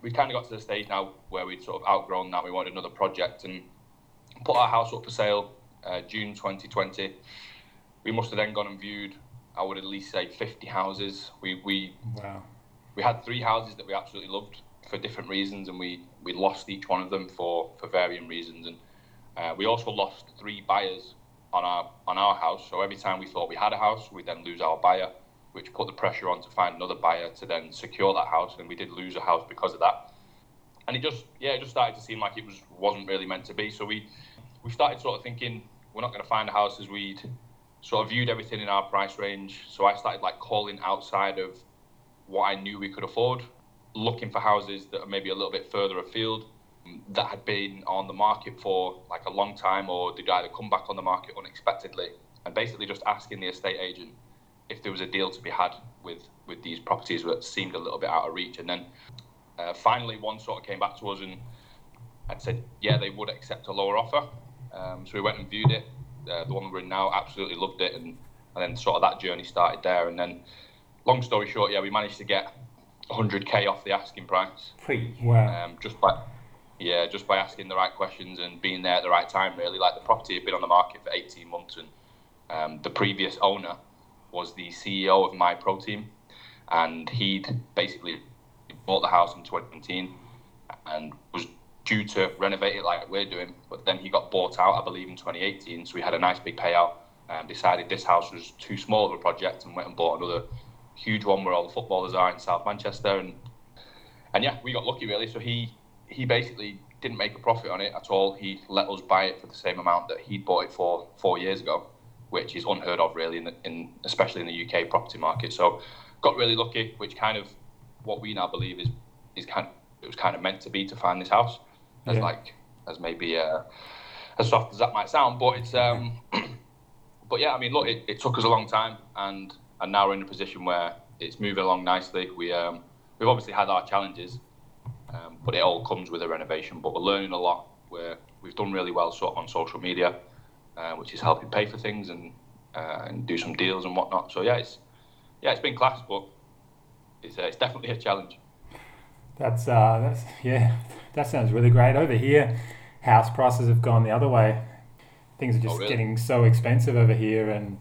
E: We kind of got to the stage now where we'd sort of outgrown that. We wanted another project, and put our house up for sale uh, June 2020. We must have then gone and viewed, I would at least say, 50 houses. We, we
B: Wow.
E: we had three houses that we absolutely loved for different reasons, and we, we lost each one of them for, for varying reasons. And uh, we also lost three buyers on our on our house. So every time we thought we had a house, we then lose our buyer, which put the pressure on to find another buyer to then secure that house. And we did lose a house because of that. And it just yeah, it just started to seem like it was wasn't really meant to be. So we we started sort of thinking we're not going to find a house as we'd sort of viewed everything in our price range. So I started like calling outside of what I knew we could afford, looking for houses that are maybe a little bit further afield um, that had been on the market for like a long time or they'd either come back on the market unexpectedly and basically just asking the estate agent if there was a deal to be had with with these properties that seemed a little bit out of reach and then uh, finally one sort of came back to us and had said yeah they would accept a lower offer um, so we went and viewed it uh, the one we're in now absolutely loved it and and then sort of that journey started there and then long story short yeah we managed to get 100k off the asking price
C: Pretty. uh,
B: Wow.
E: um, just by yeah, just by asking the right questions and being there at the right time. Really, like the property had been on the market for eighteen months, and um, the previous owner was the CEO of my pro team, and he'd basically bought the house in 2017 and was due to renovate it like we're doing, but then he got bought out, I believe, in 2018. So we had a nice big payout. Um, decided this house was too small of a project and went and bought another huge one where all the footballers are in South Manchester and and yeah, we got lucky really. So he he basically didn't make a profit on it at all. He let us buy it for the same amount that he bought it for four years ago, which is unheard of really, in, the, in especially in the UK property market. So got really lucky, which kind of what we now believe is is kind it was kind of meant to be to find this house as
B: Yeah.
E: like as maybe uh, as soft as that might sound, but it's um, but yeah, I mean, look, it, it took us a long time, and and now we're in a position where it's moving along nicely. We um, we've obviously had our challenges, um, but it all comes with a renovation. But we're learning a lot. We're we've done really well sort of on social media, uh, which is helping pay for things and uh, and do some deals and whatnot. So yeah, it's yeah, it's been class, but it's uh, it's definitely a challenge.
B: That's uh, that's yeah, that sounds really great. Over here, house prices have gone the other way. Things are just
E: really?
B: getting so expensive over here, and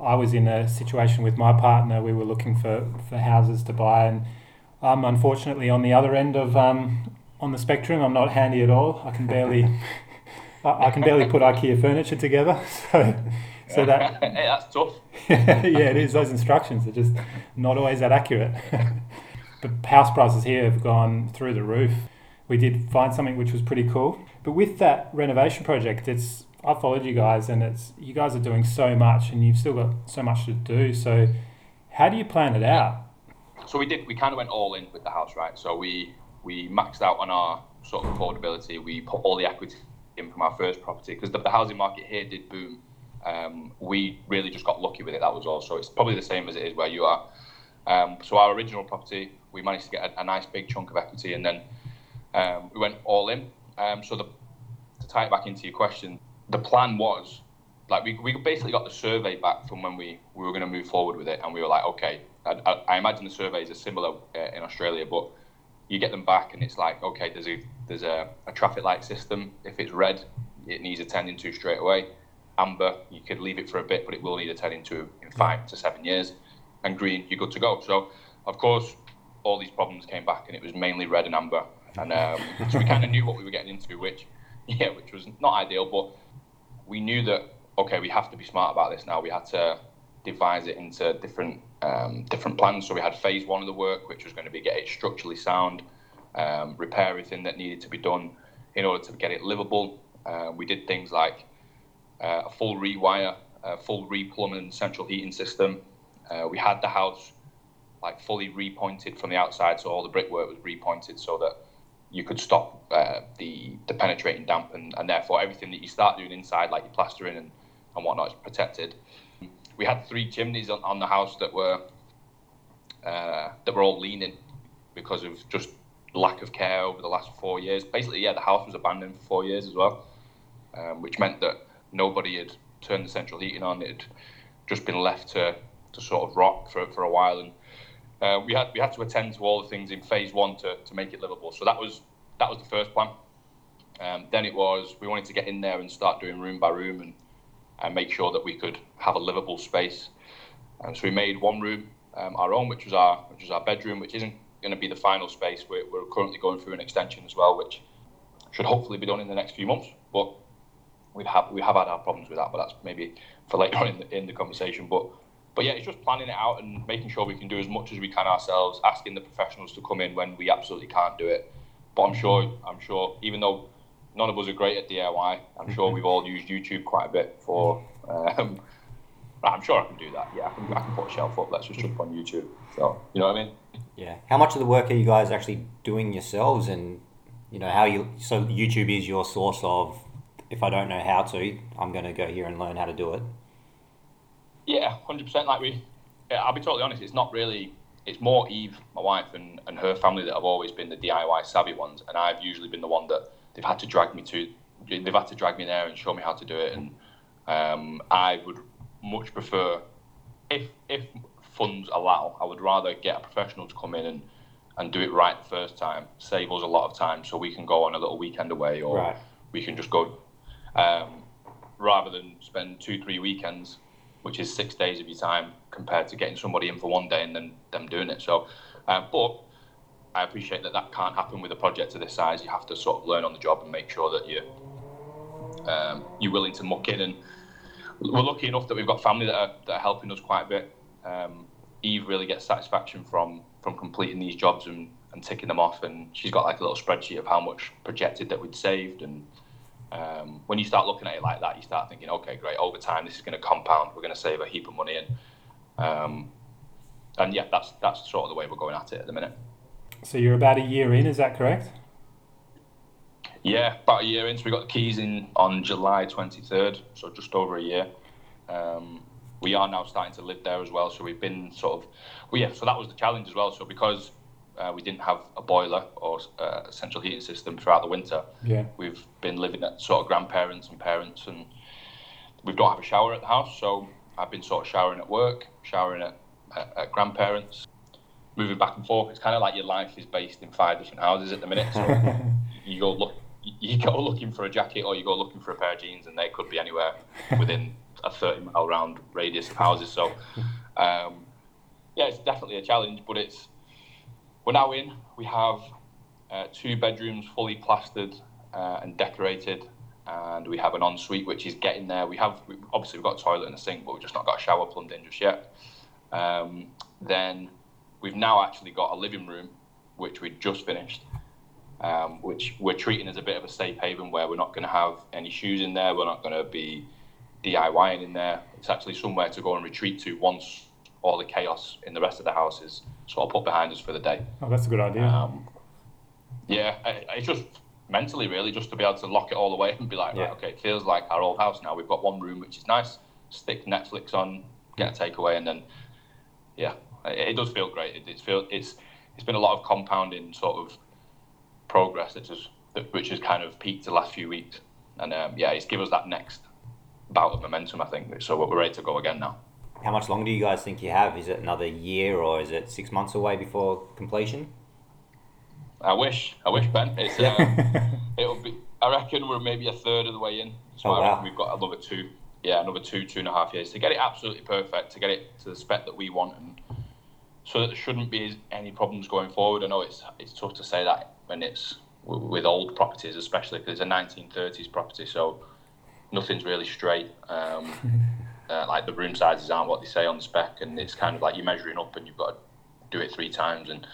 B: I was in a situation with my partner. We were looking for for houses to buy, and I'm unfortunately on the other end of um, on the spectrum. I'm not handy at all. I can barely I, I can barely put IKEA furniture together. So so that
E: hey, that's tough.
B: yeah, it is. Those instructions are just not always that accurate. but house prices here have gone through the roof. We did find something which was pretty cool. But with that renovation project, it's I followed you guys, and it's you guys are doing so much, and you've still got so much to do. So, how do you plan it out?
E: So we did. We kind of went all in with the house, right? So we we maxed out on our sort of affordability. We put all the equity in from our first property because the, the housing market here did boom. Um, we really just got lucky with it. That was all. So it's probably the same as it is where you are. Um, so our original property, we managed to get a, a nice big chunk of equity, and then um, we went all in. Um, so the, to tie it back into your question, the plan was like we, we basically got the survey back from when we, we were going to move forward with it, and we were like, okay, I, I, I imagine the surveys are similar uh, in Australia, but you get them back and it's like, okay, there's a there's a, a traffic light system. If it's red, it needs attending to straight away. Amber, you could leave it for a bit, but it will need attending to in five to seven years. And green, you're good to go. So, of course, all these problems came back, and it was mainly red and amber. And um, so we kind of knew what we were getting into, which yeah, which was not ideal, but we knew that okay, we have to be smart about this now. We had to divise it into different um, different plans. So we had phase one of the work, which was going to be get it structurally sound, um, repair everything that needed to be done in order to get it livable. Uh, we did things like uh, a full rewire, a full replumbing central heating system. Uh, we had the house like fully repointed from the outside, so all the brickwork was repointed so that you could stop uh, the the penetrating damp, and, and therefore everything that you start doing inside, like your plastering and, and whatnot, is protected. We had three chimneys on, on the house that were uh, that were all leaning because of just lack of care over the last four years. Basically, yeah, the house was abandoned for four years as well um, which meant that nobody had turned the central heating on. It had just been left to, to sort of rot for, for a while, and uh, we had we had to attend to all the things in phase one to, to make it livable. So that was that was the first plan. Um, then it was we wanted to get in there and start doing room by room and and make sure that we could have a livable space. Um, so we made one room, um, our own, which was our which was our bedroom, which isn't going to be the final space. We're, we're currently going through an extension as well, which should hopefully be done in the next few months. But we have we have had our problems with that, but that's maybe for later on in the, in the conversation. But but yeah, it's just planning it out and making sure we can do as much as we can ourselves, asking the professionals to come in when we absolutely can't do it. But I'm sure I'm sure even though none of us are great at DIY, I'm sure we've all used YouTube quite a bit for. Um, I'm sure I can do that. Yeah, I can, I can put a shelf up. Let's just jump on YouTube. So you know what I mean?
C: Yeah. How much of the work are you guys actually doing yourselves, and you know how you? So YouTube is your source of. If I don't know how to, I'm going to go here and learn how to do it.
E: Yeah, hundred percent. Like we, yeah, I'll be totally honest. It's not really. It's more Eve, my wife, and, and her family that have always been the DIY savvy ones, and I've usually been the one that they've had to drag me to. They've had to drag me there and show me how to do it, and um, I would much prefer, if if funds allow, I would rather get a professional to come in and, and do it right the first time, save us a lot of time, so we can go on a little weekend away, or
C: Right.
E: we can just go, um, rather than spend two three weekends, which is six days of your time, compared to getting somebody in for one day and then them doing it. So, uh, but I appreciate that that can't happen with a project of this size. You have to sort of learn on the job and make sure that you um, you're willing to muck in and we're lucky enough that we've got family that are, that are helping us quite a bit. Um, Eve really gets satisfaction from from completing these jobs and, and ticking them off, and she's got like a little spreadsheet of how much projected that we'd saved. And um, when you start looking at it like that, you start thinking, okay, great, over time this is going to compound. We're going to save a heap of money, and um, and yeah, that's that's sort of the way we're going at it at the minute.
B: So you're about a year in, is that correct?
E: Yeah, about a year in. So we got the keys in on July 23rd, so just over a year. Um, we are now starting to live there as well. So we've been sort of, well, yeah, so that was the challenge as well. So because uh, we didn't have a boiler or uh, a central heating system throughout the winter,
B: Yeah.
E: we've been living at sort of grandparents and parents, and we don't have a shower at the house. So I've been sort of showering at work, showering at, at, at grandparents, moving back and forth. It's kind of like your life is based in five different houses at the minute. So you go look you go looking for a jacket or you go looking for a pair of jeans and they could be anywhere within a 30 mile round radius of houses so um, yeah it's definitely a challenge but it's we're now in we have uh, two bedrooms fully plastered uh, and decorated and we have an ensuite which is getting there we have we, obviously we've got a toilet and a sink but we've just not got a shower plumbed in just yet um, then we've now actually got a living room which we just finished um, which we're treating as a bit of a safe haven where we're not going to have any shoes in there, we're not going to be DIYing in there. It's actually somewhere to go and retreat to once all the chaos in the rest of the house is sort of put behind us for the day.
B: Oh, that's a good idea.
E: Um, yeah, I- I- it's just mentally really just to be able to lock it all away and be like, right,
C: Yeah.
E: okay, it feels like our old house now. We've got one room which is nice. Stick Netflix on, get a takeaway, and then yeah, it, it does feel great. It, it's feel it's it's been a lot of compounding sort of progress that's just that, which has kind of peaked the last few weeks, and um, yeah, it's give us that next bout of momentum. I think so. We're ready to go again now.
C: How much longer do you guys think you have? Is it another year or is it six months away before completion?
E: I wish, I wish, Ben. It's, um, It'll be. I reckon we're maybe a third of the way in. So
C: Oh,
E: I
C: wow.
E: reckon we've got another two. Yeah, another two, two and a half years to get it absolutely perfect, to get it to the spec that we want, and so that there shouldn't be any problems going forward. I know it's it's tough to say that when it's w- with old properties, especially because it's a 1930s property, so nothing's really straight. Um, uh, like the room sizes aren't what they say on the spec, and it's kind of like you're measuring up and you've got to do it three times. And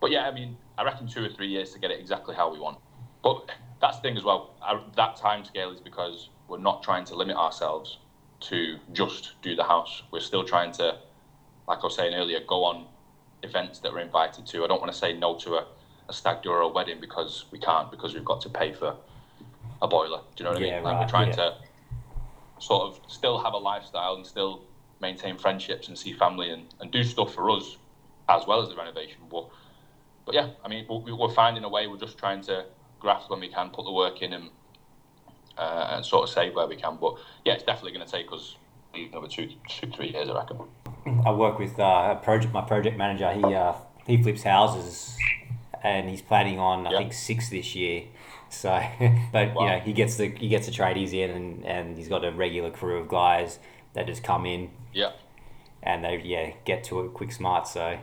E: but yeah, I mean, I reckon two or three years to get it exactly how we want. But that's the thing as well. I, that time scale is because we're not trying to limit ourselves to just do the house. We're still trying to, like I was saying earlier, go on events that we're invited to. I don't want to say no to a, a stag do or a wedding because we can't because we've got to pay for a boiler. Do you know what I
C: Yeah,
E: mean? Like
C: right,
E: we're trying
C: yeah.
E: to sort of still have a lifestyle and still maintain friendships and see family and, and do stuff for us as well as the renovation. But but yeah, I mean, we- we're finding a way. We're just trying to graft when we can, put the work in, and uh, and sort of save where we can. But yeah, it's definitely going to take us at least another two, two, three years, I reckon.
C: I work with uh, a project. My project manager, he uh, he flips houses, and he's planning on I
E: Yeah.
C: think six this year. So, but you know, he gets the he gets the tradies in, and, and he's got a regular crew of guys that just come in,
E: Yeah,
C: and they yeah get to it quick smart. So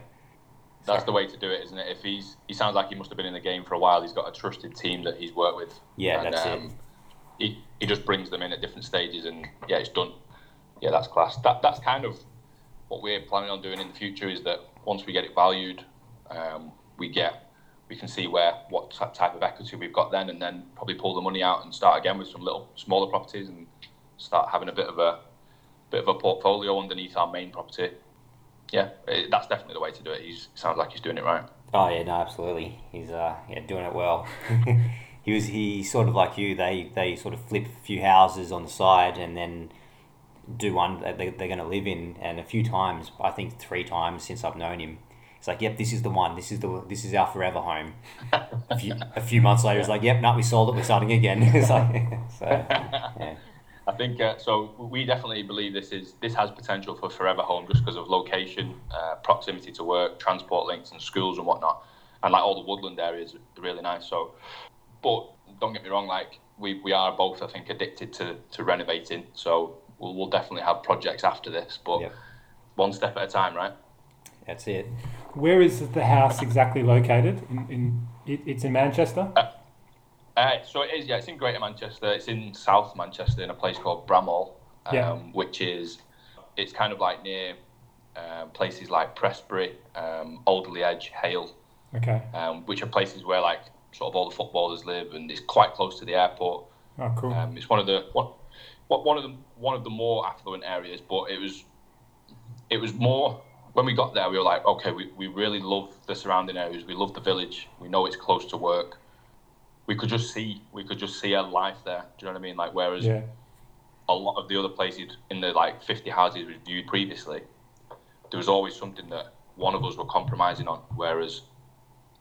E: That's the way to do it, isn't it? If he's he sounds like he must have been in the game for a while. He's got a trusted team that he's worked with. um,
C: Yeah, that's it.
E: He he just brings them in at different stages, and yeah, it's done. Yeah, that's class. That that's kind of what we're planning on doing in the future. Is that once we get it valued, um, we get we can see where what ty- type of equity we've got then, and then probably pull the money out and start again with some little smaller properties and start having a bit of a bit of a portfolio underneath our main property. Yeah, it, that's definitely the way to do it. He's sounds like he's doing it right.
C: Oh yeah, no, absolutely. He's uh, yeah, doing it well. he was he sort of like you. They they sort of flip a few houses on the side and then do one that they, they're going to live in. And a few times, I think three times since I've known him, it's like, yep, this is the one. This is the this is our forever home. a, few, a few months later, it's like, yep, no, we sold it. We're starting again. it's like so. Yeah.
E: I think uh, so. We definitely believe this is this has potential for forever home just because of location, uh, proximity to work, transport links, and schools and whatnot, and like all the woodland areas are really nice. So, but don't get me wrong, like we, we are both I think addicted to to renovating. So we'll, we'll definitely have projects after this, but
C: Yeah.
E: one step at a time, right?
C: That's it.
B: Where is the house exactly located? In, in it, it's in Manchester.
E: Uh, so it is, yeah. It's in Greater Manchester. It's in South Manchester, in a place called Bramall, um,
B: Yeah.
E: which is it's kind of like near um, places like Presbury, um, Alderley Edge, Hale,
B: Okay.
E: um, which are places where like sort of all the footballers live, and it's quite close to the airport.
B: Oh, cool.
E: Um, it's one of the one, one one of the one of the more affluent areas, but it was it was more when we got there. We were like, okay, we, we really love the surrounding areas. We love the village. We know it's close to work. We could just see we could just see a life there. Do you know what I mean? Like whereas
B: yeah.
E: a lot of the other places in the like 50 houses we viewed previously, there was always something that one of us were compromising on. Whereas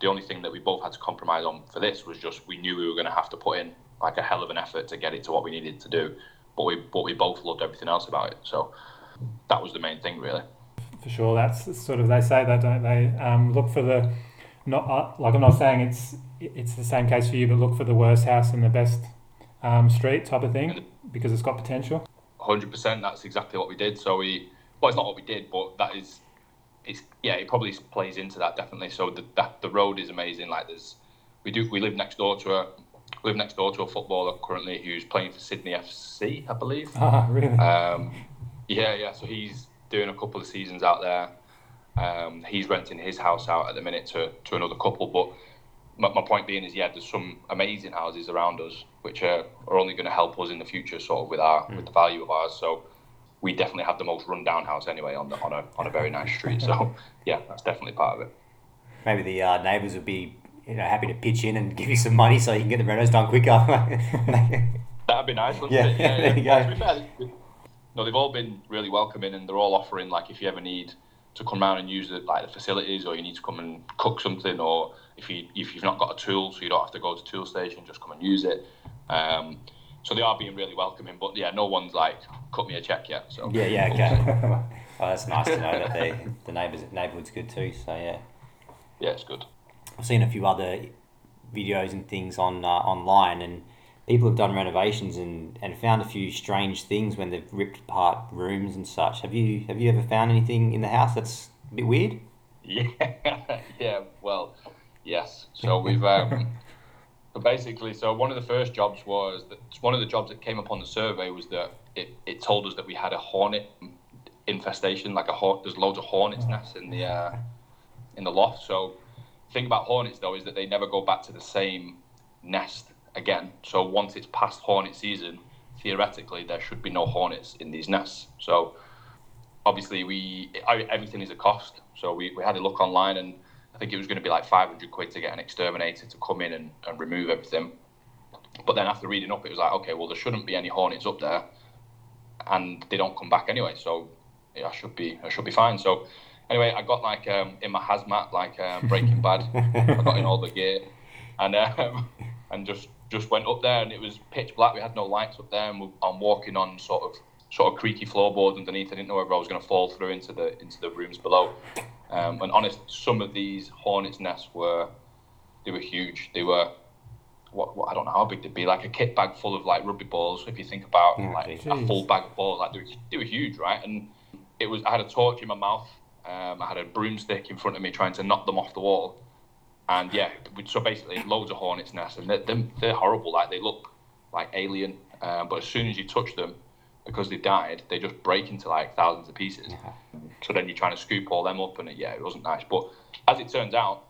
E: the only thing that we both had to compromise on for this was just we knew we were going to have to put in like a hell of an effort to get it to what we needed to do. But we but we both loved everything else about it. So that was the main thing really.
B: for sure. That's sort of they say that, don't they? Um, look for the not uh, like I'm not saying it's it's the same case for you, but look for the worst house in the best um, street type of thing because it's got potential.
E: hundred percent. That's exactly what we did. So we, well, it's not what we did, but that is, it's yeah, it probably plays into that definitely. So the that, the road is amazing. Like there's, we do we live next door to a, we live next door to a footballer currently who's playing for Sydney FC, I believe.
B: Ah, really?
E: Um, yeah, yeah. So he's doing a couple of seasons out there. Um, he's renting his house out at the minute to, to another couple. But my, my point being is, yeah, there's some amazing houses around us which are, are only going to help us in the future, sort of with our with the value of ours. So we definitely have the most rundown house anyway on the, on a on a very nice street. So yeah, that's definitely part of it.
C: Maybe the uh, neighbours would be you know happy to pitch in and give you some money so you can get the renos done quicker.
E: That'd be nice, wouldn't
C: Yeah,
E: it?
C: there you go.
E: To be fair, no, they've all been really welcoming, and they're all offering like if you ever need to come round and use the, like the facilities, or you need to come and cook something, or if you if you've not got a tool, so you don't have to go to tool station, just come and use it. Um, so they are being really welcoming, but yeah, no one's like cut me a check yet. So
C: Yeah, yeah, okay. well, that's nice to know that they, the neighbours neighbourhood's good too. So yeah,
E: yeah, it's good.
C: I've seen a few other videos and things on uh, online, and people have done renovations and, and found a few strange things when they've ripped apart rooms and such. Have you have you ever found anything in the house that's a bit weird?
E: Yeah, yeah. Well, yes. So we've um, so basically. So one of the first jobs was that one of the jobs that came up on the survey was that it, it told us that we had a hornet infestation. Like a hor- there's loads of hornets nests in the uh, in the loft. So the thing about hornets though is that they never go back to the same nest again. So once it's past hornet season, theoretically there should be no hornets in these nests. So obviously we I- everything is a cost so we, we had a look online and i think it was going to be like 500 quid to get an exterminator to come in and, and remove everything but then after reading up it was like okay well there shouldn't be any hornets up there and they don't come back anyway so yeah, i should be i should be fine so anyway i got like um, in my hazmat like um, breaking bad i got in all the gear and um, and just just went up there and it was pitch black. We had no lights up there, and we, I'm walking on sort of sort of creaky floorboards underneath. I didn't know whether I was going to fall through into the into the rooms below. Um, and honest, some of these hornets' nests were they were huge. They were what, what I don't know how big they'd be, like a kit bag full of like rugby balls. If you think about
C: Oh,
E: like a
B: jeez.
E: full bag of balls, like they were, they were huge, right? And it was I had a torch in my mouth. Um, I had a broomstick in front of me trying to knock them off the wall. And yeah, we- so basically loads of hornets' nests, and they're, they're, they're horrible. Like they look like alien, um, but as soon as you touch them, because they died, they just break into like thousands of pieces. So then you're trying to scoop all them up, and it, yeah, it wasn't nice. But as it turns out,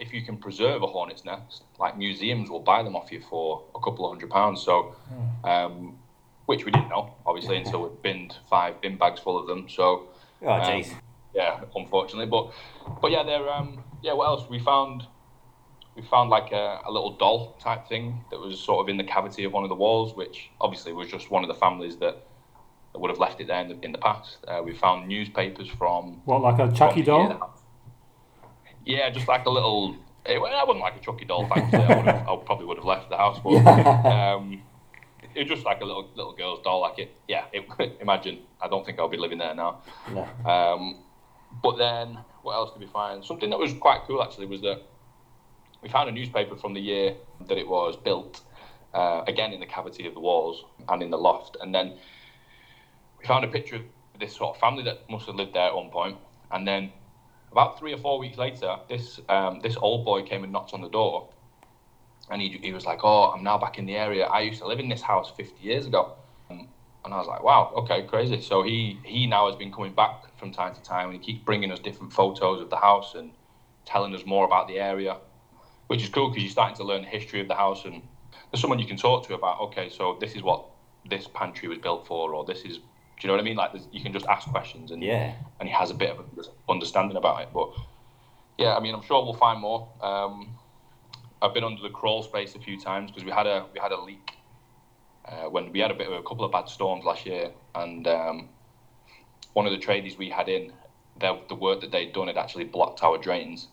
E: if you can preserve a hornet's nest, like museums will buy them off you for a couple of hundred pounds. So, um, which we didn't know obviously until we binned five bin bags full of them. So,
C: Oh, jeez.
E: um, yeah, unfortunately, but but yeah, they're um, yeah. What else? We found we found like a, a little doll type thing that was sort of in the cavity of one of the walls, which obviously was just one of the families that, that would have left it there in the, in the past. Uh, we found newspapers from
B: What, like a Chucky
E: from the
B: doll?
E: year that- Yeah, just like a little. It, well, I wasn't like a Chucky doll. Thankfully, I, would have, I probably would have left the house, but um, it was just like a little little girl's doll. Like it, yeah. It, imagine, I don't think I'll be living there now.
C: No.
E: Um, but then, what else did we find? Something that was quite cool actually was that we found a newspaper from the year that it was built, uh, again in the cavity of the walls and in the loft. And then we found a picture of this sort of family that must have lived there at one point. And then about three or four weeks later, this um, this old boy came and knocked on the door, and he, he was like, "Oh, I'm now back in the area. I used to live in this house 50 years ago." Um, and I was like, "Wow, okay, crazy." So he he now has been coming back from time to time, and he keeps bringing us different photos of the house and telling us more about the area, which is cool because you're starting to learn the history of the house and there's someone you can talk to about. Okay, so this is what this pantry was built for, or this is. Do you know what I mean? Like, there's- you can just ask questions, and
C: Yeah.
E: and he has a bit of understanding about it. But yeah, I mean, I'm sure we'll find more. Um, I've been under the crawl space a few times because we had a we had a leak uh, when we had a bit of a couple of bad storms last year, and um, one of the tradies we had in, the, the work that they'd done had actually blocked our drains,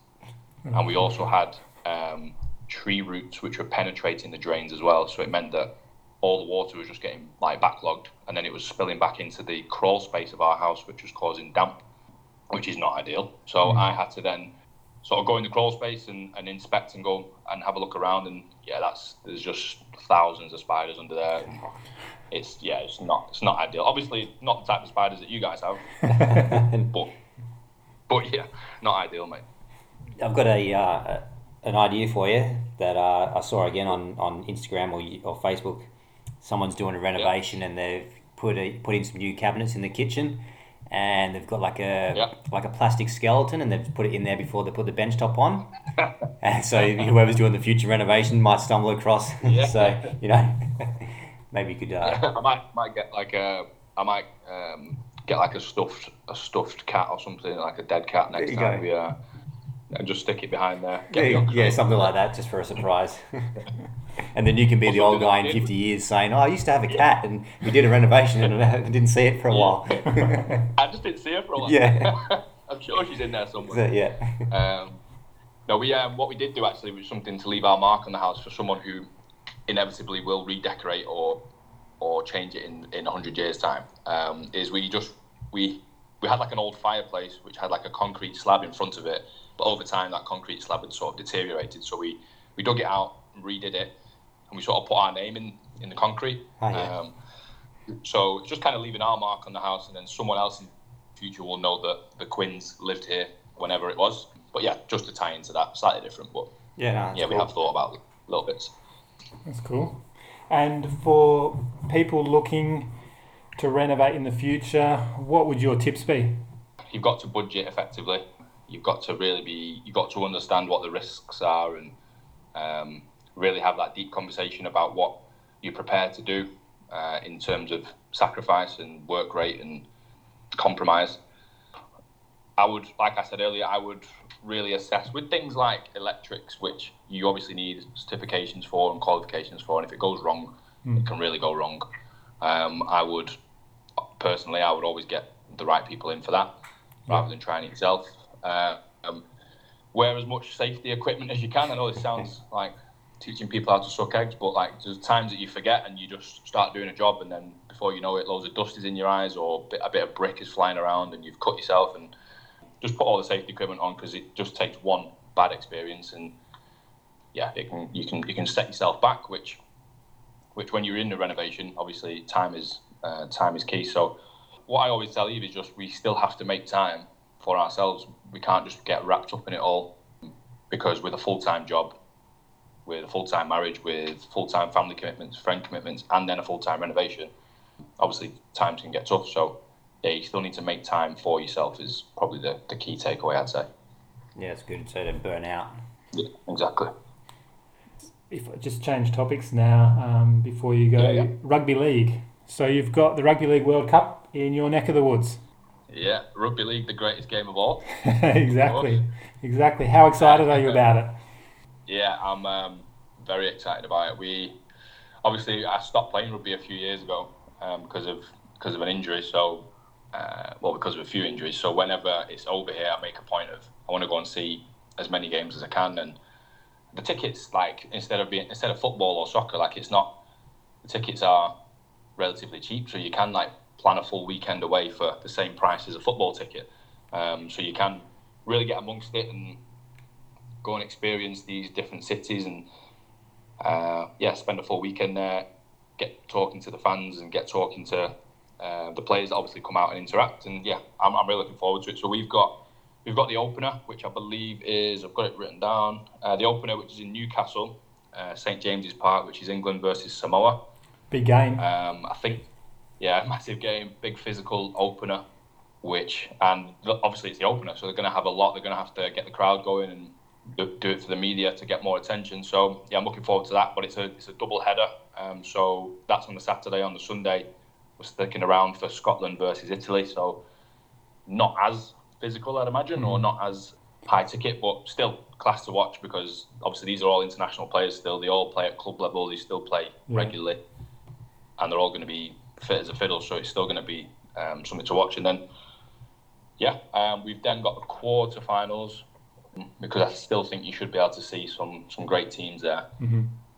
E: and we also had um, tree roots which were penetrating the drains as well. So it meant that all the water was just getting like backlogged, and then it was spilling back into the crawl space of our house, which was causing damp, which is not ideal. So I had to then sort of go in the crawl space and, and inspect and go and have a look around, and yeah, that's there's just thousands of spiders under there. and It's yeah, it's not it's not ideal. Obviously, not the type of spiders that you guys have, but but yeah, not ideal, mate.
C: I've got a uh, an idea for you that uh, I saw again on, on Instagram or, or Facebook. Someone's doing a renovation and they've put a, put in some new cabinets in the kitchen, and they've got like a
E: Yeah.
C: like a plastic skeleton and they've put it in there before they put the bench top on. and so whoever's doing the future renovation might stumble across.
E: Yeah.
C: so you know, maybe you could. Uh,
E: I might might get like a I might um, get like a stuffed a stuffed cat or something like a dead cat next
C: you
E: time
C: go.
E: we uh, and just stick it behind there. Get the
C: yeah,
E: ox-
C: something like that, just for a surprise. and then you can be the old guy in 50 years saying, Oh, I used to have a cat and we did a renovation and I didn't see it for a while.
E: I just didn't see her for a while.
C: Yeah.
E: I'm sure she's in there somewhere.
C: So, yeah.
E: Um, no, we um, what we did do actually was something to leave our mark on the house for someone who inevitably will redecorate or or change it in in hundred years time. Um, is we just we we had like an old fireplace which had like a concrete slab in front of it, but over time that concrete slab had sort of deteriorated. So we we dug it out, redid it, and we sort of put our name in in the concrete.
C: Ah, yeah.
E: um, so it's just kind of leaving our mark on the house, and then someone else in the future will know that the Quins lived here whenever it was. But yeah, just to tie into that, slightly different. But
C: Yeah, no, that's
E: yeah, we
C: cool.
E: have thought about little bits.
B: That's cool. And for people looking to renovate in the future, what would your tips be?
E: You've got to budget effectively. You've got to really be. You've got to understand what the risks are and um, really have that deep conversation about what you're prepared to do uh, in terms of sacrifice and work rate and compromise. I would, like I said earlier, I would really assess with things like electrics, which you obviously need certifications for and qualifications for, and if it goes wrong, it can really go wrong. Um, I would, personally, I would always get the right people in for that rather than trying it yourself. Uh, um, wear as much safety equipment as you can. I know this sounds like teaching people how to suck eggs, but like there's times that you forget and you just start doing a job, and then before you know it, loads of dust is in your eyes or a bit- a bit of brick is flying around, and you've cut yourself. And just put all the safety equipment on because it just takes one bad experience, and yeah, it can you can you can set yourself back, which which when you're in the renovation, obviously time is uh, time is key. So what I always tell Eve is just we still have to make time for ourselves. We can't just get wrapped up in it all because with a full time job, with a full time marriage, with full time family commitments, friend commitments, and then a full time renovation, obviously times can get tough. So yeah, you still need to make time for yourself is probably the, the key takeaway I'd say.
C: Yeah, it's good. So to burn out.
E: Yeah, exactly.
B: If I just change topics now, um, before you go,
E: Yeah, yeah.
B: rugby league. So you've got the Rugby League World Cup in your neck of the woods.
E: Yeah, rugby league, the greatest game of all.
B: exactly, exactly. How excited are you about it?
E: Yeah, I'm um, very excited about it. We obviously I stopped playing rugby a few years ago um, because of because of an injury. So uh, well, because of a few injuries. So whenever it's over here, I make a point of I want to go and see as many games as I can. And the tickets, like instead of being instead of football or soccer, like it's not the tickets are relatively cheap, so you can like plan a full weekend away for the same price as a football ticket. Um, so you can really get amongst it and go and experience these different cities and uh, yeah, spend a full weekend there, get talking to the fans and get talking to uh, the players that obviously come out and interact. And yeah, I'm, I'm really looking forward to it. So we've got we've got the opener, which I believe is I've got it written down. Uh, the opener, which is in Newcastle, uh, St James's Park, which is England versus Samoa.
B: Big game.
E: Um, I think, yeah, massive game, big physical opener, which, and the- obviously it's the opener, so they're going to have a lot. They're going to have to get the crowd going and do, do it for the media to get more attention. So, yeah, I'm looking forward to that, but it's a, it's a double header. Um, so that's on the Saturday. On the Sunday, we're sticking around for Scotland versus Italy. So, not as physical, I'd imagine, or not as high ticket, but still class to watch because obviously these are all international players still. They all play at club level, they still play regularly and they're all going to be fit as a fiddle, so it's still going to be um, something to watch. And then, yeah, um, we've then got the quarterfinals because I still think you should be able to see some some great teams there.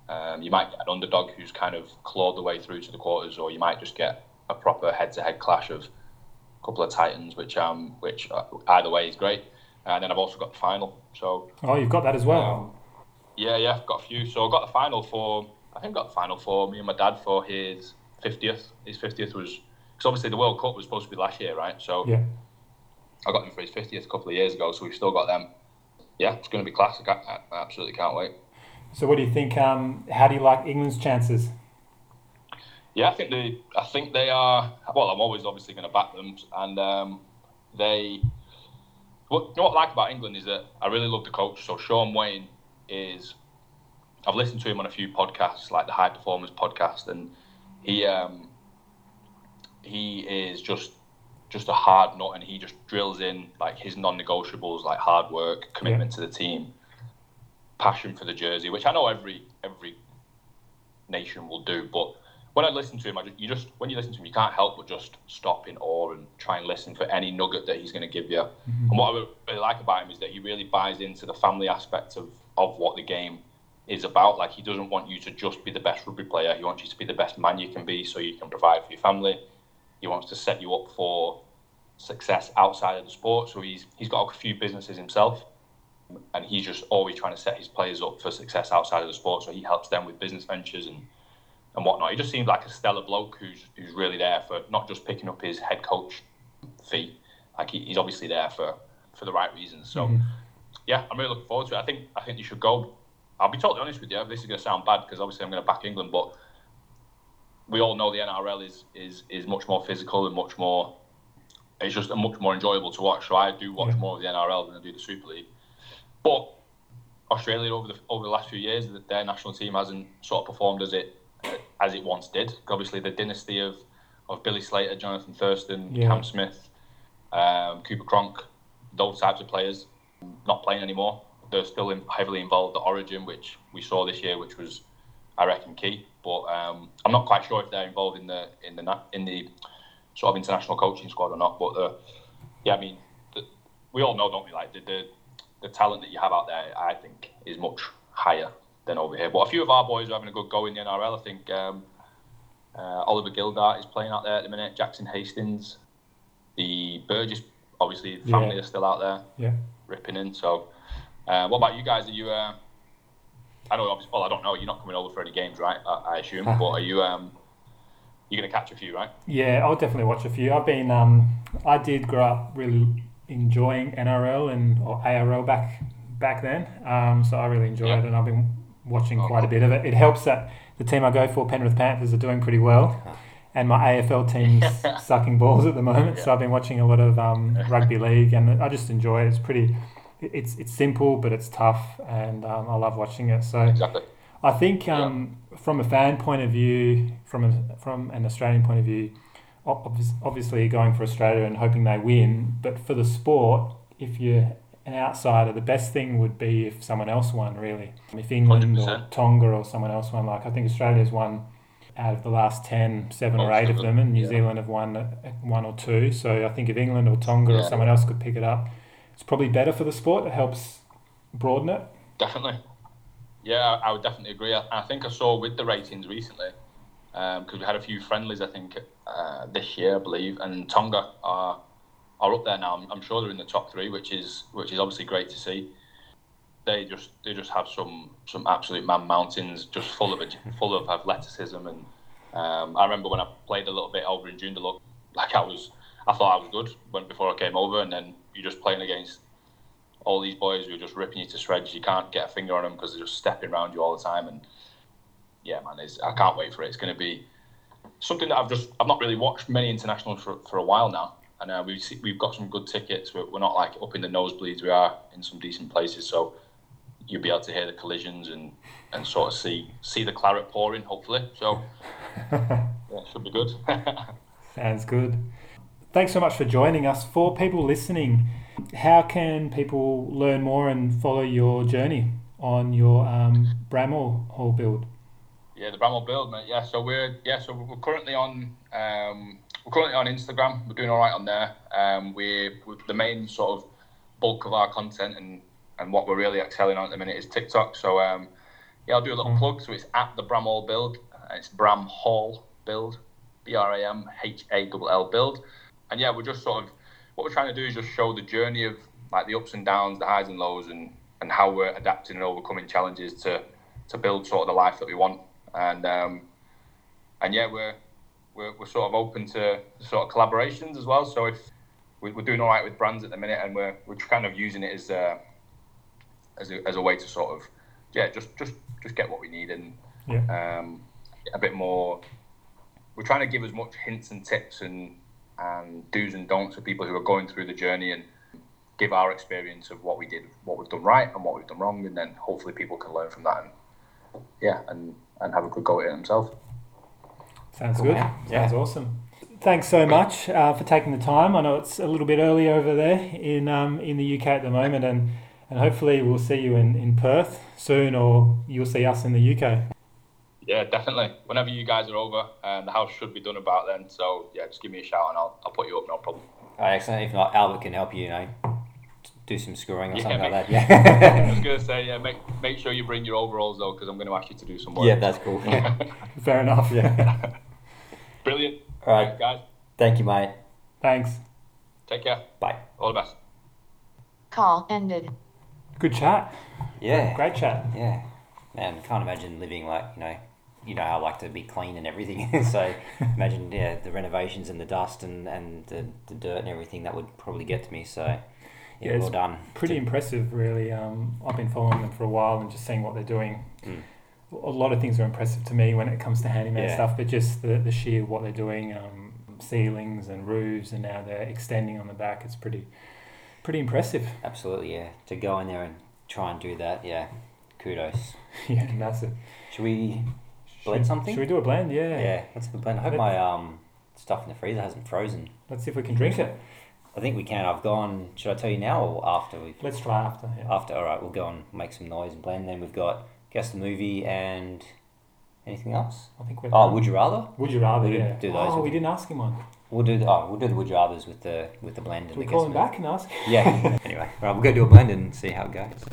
E: Um, you might get an underdog who's kind of clawed the way through to the quarters, or you might just get a proper head-to-head clash of a couple of titans, which um which uh, either way is great. And then I've also got the final, so
B: oh, you've got that as well.
E: yeah, yeah, I've got a few. So I got the final for, I think I got the final for me and my dad for his 50th. His 50th was, because obviously the World Cup was supposed to be last year, right? So
B: yeah.
E: I got him for his 50th a couple of years ago, so we've still got them. Yeah, it's going to be classic. I, can't- I absolutely can't wait.
B: So what do you think? Um, how do you like England's chances?
E: Yeah, I think they. I think they are. Well, I'm always obviously going to back them, and um, they. What you know what I like about England is that I really love the coach. So Sean Wayne is. I've listened to him on a few podcasts, like the High Performers podcast, and he um, he is just just a hard nut, and he just drills in like his non-negotiables, like hard work, commitment to the team, passion for the jersey, which I know every every nation will do. But when I listen to him, I just, you just when you listen to him, you can't help but just stop in awe and try and listen for any nugget that he's going to give you. And what I really like about him is that he really buys into the family aspect of of what the game is about. Like he doesn't want you to just be the best rugby player. He wants you to be the best man you can be, so you can provide for your family. He wants to set you up for success outside of the sport. So he's he's got a few businesses himself and he's just always trying to set his players up for success outside of the sport. So he helps them with business ventures and and whatnot. He just seems like a stellar bloke who's who's really there for not just picking up his head coach fee. Like he, he's obviously there for for the right reasons. So yeah, I'm really looking forward to it. I think I think you should go. I'll be totally honest with you. This is going to sound bad because obviously I'm going to back England, but we all know the NRL is is is much more physical and much more. It's just much more enjoyable to watch. So I do watch more of the NRL than I do the Super League. But Australia over the over the last few years, that their national team hasn't sort of performed as it as it once did. Obviously, the dynasty of of Billy Slater, Jonathan Thurston,
B: Yeah.
E: Cam Smith, um, Cooper Cronk, those types of players not playing anymore. They're still in, heavily involved at Origin, which we saw this year, which was, I reckon, key. But um, I'm not quite sure if they're involved in the in the na- in the sort of international coaching squad or not. But the, yeah, I mean, the, we all know, don't we? Like the, the the talent that you have out there, I think, is much higher than over here. But a few of our boys are having a good go in the NRL. I think um, uh, Oliver Gildart is playing out there at the minute. Jackson Hastings, the Burgess, obviously, the family
B: Yeah.
E: are still out there
B: Yeah.
E: ripping in. So, uh, what about you guys? Are you? Uh, I know, obviously, well, I don't know. You're not coming over for any games, right? I, I assume. but are you? Um, You're going to catch a few, right?
B: Yeah, I'll definitely watch a few. I've been, um, I did grow up really enjoying NRL and or ARL back back then. Um, so I really enjoy
E: Yeah.
B: it, and I've been watching
E: Oh,
B: quite a
E: cool.
B: bit of it. It helps that the team I go for, Penrith Panthers, are doing pretty well,
E: Uh-huh.
B: and my AFL team's sucking balls at the moment. So I've been watching a lot of um, rugby league, and I just enjoy it. It's pretty, it's it's simple, but it's tough, and um, I love watching it. So.
E: Exactly.
B: I think um, from a fan point of view, from a, from an Australian point of view, ob- obvi- obviously going for Australia and hoping they win. But for the sport, if you're an outsider, the best thing would be if someone else won. Really, if England or
E: 100%.
B: Tonga or someone else won. Like I think Australia's won out of the last 10, seven or
E: Most
B: eight
E: of
B: of
E: them,
B: them, and New
E: Oh, yeah.
B: Zealand have won uh, one or two. So I think if England or Tonga or
E: Yeah.
B: someone else could pick it up, it's probably better for the sport. It helps broaden it.
E: Definitely. Yeah, I, I would definitely agree. I, I think I saw with the ratings recently, because we had a few friendlies, I think, uh, this year, I believe, and Tonga are are up there now. I'm, I'm sure they're in the top three, which is which is obviously great to see. They just they just have some some absolute man mountains, just full of it- full of athleticism. And um, I remember when I played a little bit over in Joondalup, like I was, I thought I was good when before I came over, and then you're just playing against all these boys who are just ripping you to shreds. You can't get a finger on them because they're just stepping around you all the time. And yeah, man, it's, I can't wait for it. It's going to be something that I've just I've not really watched many internationals for, for a while now. And uh, we've se- we've got some good tickets. We're, we're not like up in the nosebleeds. We are in some decent places, so you'll be able to hear the collisions and, and sort of see see the claret pouring. Hopefully, so yeah, it should be good.
B: Sounds good. Thanks so much for joining us. For people listening, how can people learn more and follow your journey on your um, Bramall Hall build?
E: Yeah, the Bramall build, mate. Yeah, so we're yeah, so we're currently on um, we're currently on Instagram. We're doing all right on there. Um, we the main sort of bulk of our content and and what we're really excelling on at the minute is TikTok. So um, yeah, I'll do a little plug. So it's at the Bramall build. Uh, It's Bram Hall build, B R A M H A L L build. And yeah, we're just sort of what we're trying to do is just show the journey of like the ups and downs, the highs and lows, and and how we're adapting and overcoming challenges to to build sort of the life that we want. And um, and yeah, we're, we're we're sort of open to sort of collaborations as well. So if we- we're doing all right with brands at the minute, and we're we're kind of using it as a as a, as a way to sort of yeah, just just just get what we need and
B: Yeah.
E: um, a bit more. We're trying to give as much hints and tips and and do's and don'ts for people who are going through the journey and give our experience of what we did, what we've done right and what we've done wrong, and then hopefully people can learn from that and yeah, and and have a good go at it themselves.
B: Sounds good.
C: Yeah.
B: Sounds awesome. Thanks so much uh, for taking the time. I know it's a little bit early over there in um, in the UK at the moment, and, and hopefully we'll see you in, in Perth soon, or you'll see us in the UK.
E: Yeah, definitely. Whenever you guys are over, um, the house should be done about then. So yeah, just give me a shout and I'll, I'll put you up, no problem.
C: All right, excellent. If not, Albert can help you, you know, do some screwing or
E: Yeah,
C: something like
E: mate.
C: that. Yeah.
E: I was gonna say yeah, make make sure you bring your overalls though, because I'm gonna ask you to do some work.
C: yeah, that's cool.
B: Fair enough.
C: yeah.
E: brilliant.
C: All right.
E: guys,
C: Thank you, mate.
B: Thanks.
E: take care.
C: Bye.
E: All the best.
F: Call ended.
B: Good chat.
C: Yeah.
B: Great chat.
C: Yeah, man, can't imagine living like you know, you know, I like to be clean and everything. so imagine, yeah, the renovations and the dust and and the, the dirt and everything that would probably get to me. So yeah,
B: Yeah, it's
C: well done.
B: pretty impressive, really. Um, I've been following them for a while and just seeing what they're doing. A lot of things are impressive to me when it comes to handyman
C: Mm. Yeah.
B: stuff, but just the, the sheer what they're doing, um, ceilings and roofs, and now they're extending on the back. It's pretty, pretty impressive.
C: Absolutely, yeah. To go in there and try and do that, yeah, kudos.
B: yeah, massive.
C: Should we blend something?
B: Should we do a blend? Yeah.
C: Yeah, let's have a blend. I hope my um stuff in the freezer hasn't frozen.
B: Let's see if we can drink it.
C: I think we can. I've gone. Should I tell you now or after we?
B: Let's try after. Yeah.
C: After, all right, we'll go and make some noise and blend. Then we've got guess the movie and anything else.
B: I think we're.
C: Oh,
B: done.
C: would you rather?
B: Would you rather?
C: we
B: yeah.
C: didn't do those,
B: oh,
C: did
B: we
C: we?
B: didn't ask him one.
C: We'll do the oh, we'll do the would you rathers with the with the blend. and
B: Should we
C: the
B: call
C: guess
B: him
C: we'll-
B: back and ask?
C: Yeah. anyway, right, we'll go do a blend and see how it goes.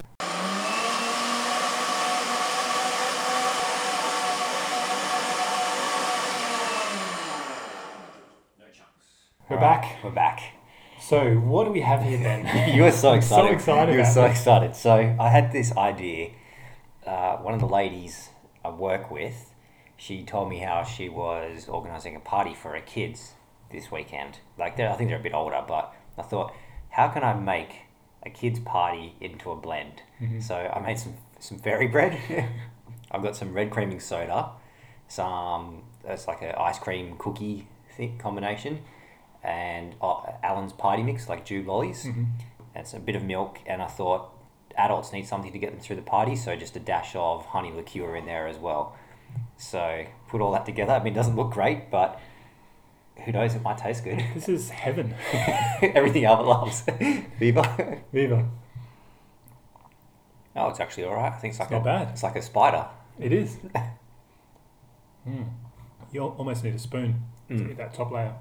B: We're
C: Right,
B: back.
C: We're back.
B: So what do we have here then?
C: You were so
B: I'm
C: excited.
B: So excited.
C: You were
B: about
C: so
B: this.
C: excited. So I had this idea. Uh, one of the ladies I work with, she told me how she was organising a party for her kids this weekend. Like, they're, I think they're a bit older, but I thought, how can I make a kids' party into a blend?
B: Mm-hmm.
C: So I made some some fairy bread. I've got some red creaming soda, some it's like an ice cream cookie thing combination, and uh, Alan's party mix like Jew lollies,
B: Mm-hmm.
C: and some bit of milk. And I thought adults need something to get them through the party, so just a dash of honey liqueur in there as well. So put all that together. I mean, it doesn't look great, but who knows? It might taste good.
B: This is heaven.
C: Everything Albert loves. Viva.
B: Viva.
C: No, it's actually all right. I think it's like
B: not
C: a,
B: bad.
C: It's like a spider.
B: It is. Mm. You al- almost need a spoon
C: Hmm.
B: to get that top layer.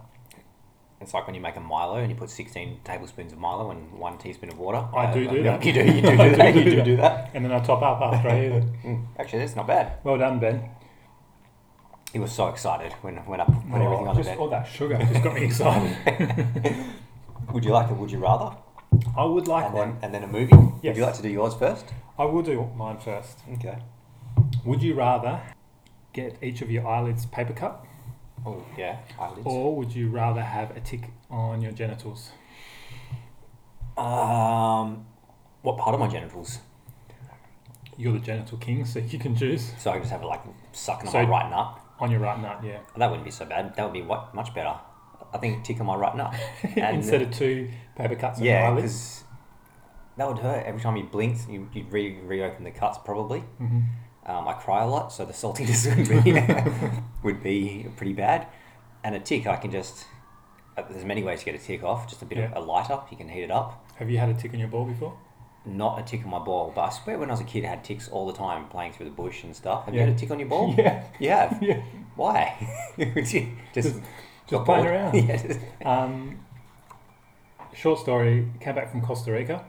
C: It's like when you make a Milo and you put sixteen tablespoons of Milo and one teaspoon of water.
B: I do
C: Uh,
B: do that.
C: You do. You do,
B: I
C: do that. You do do that.
B: And then I top up after I eat it.
C: Mm, Actually, that's not bad.
B: Well done, Ben.
C: He was so excited when when I put everything
B: Oh,
C: on the
B: just
C: bed.
B: all that sugar just got me excited.
C: Would you like a Would you rather?
B: I would like
C: And
B: one.
C: then and then a movie. Would
B: Yes.
C: you like to do yours first?
B: I will do mine first.
C: Okay.
B: Would you rather get each of your eyelids paper cut,
C: Oh yeah. Eyelids.
B: or would you rather have a tick on your genitals?
C: Um, what part of my genitals?
B: You're the genital king, so you can choose
C: So I can just have it like sucking on
B: So-
C: my right nut.
B: on your right nut. Yeah.
C: That wouldn't be so bad. That would be what much better. I think tick on my right nut. And-
B: Instead of two paper cuts on your
C: Yeah,
B: eyelids.
C: because that would hurt every time you blinked. You, you'd re- reopen the cuts probably.
B: Mm-hmm.
C: Um, I cry a lot, so the saltiness would be would be pretty bad. And a tick, I can just uh, there's many ways to get a tick off. Just a bit
B: Yeah.
C: of a lighter, you can heat it up.
B: Have you had a tick on your ball before?
C: Not a tick on my ball, but I swear when I was a kid, I had ticks all the time playing through the bush and stuff. Have
B: Yeah.
C: you had a tick on your ball?
B: Yeah.
C: You have?
B: Yeah.
C: Why? just just
B: Just playing around.
C: Yeah, just-
B: Um, short story. Came back from Costa Rica,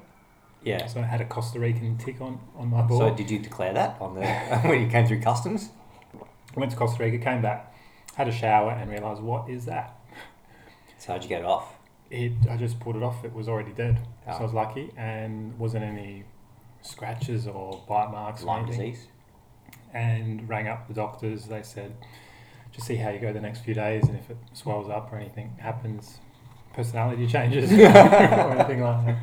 C: yeah.
B: so I had a Costa Rican tick on on my ball.
C: So did you declare that on the when you came through customs?
B: Went to Costa Rica, came back, had a shower, and realised what is that?
C: So how'd you get it off?
B: It, I just pulled it off. It was already dead, so I
C: Oh.
B: was lucky, and wasn't any scratches or bite marks. or
C: Lyme
B: anything.
C: disease.
B: And rang up the doctors. They said, just see how you go the next few days, and if it swells up or anything happens, personality changes or anything like that.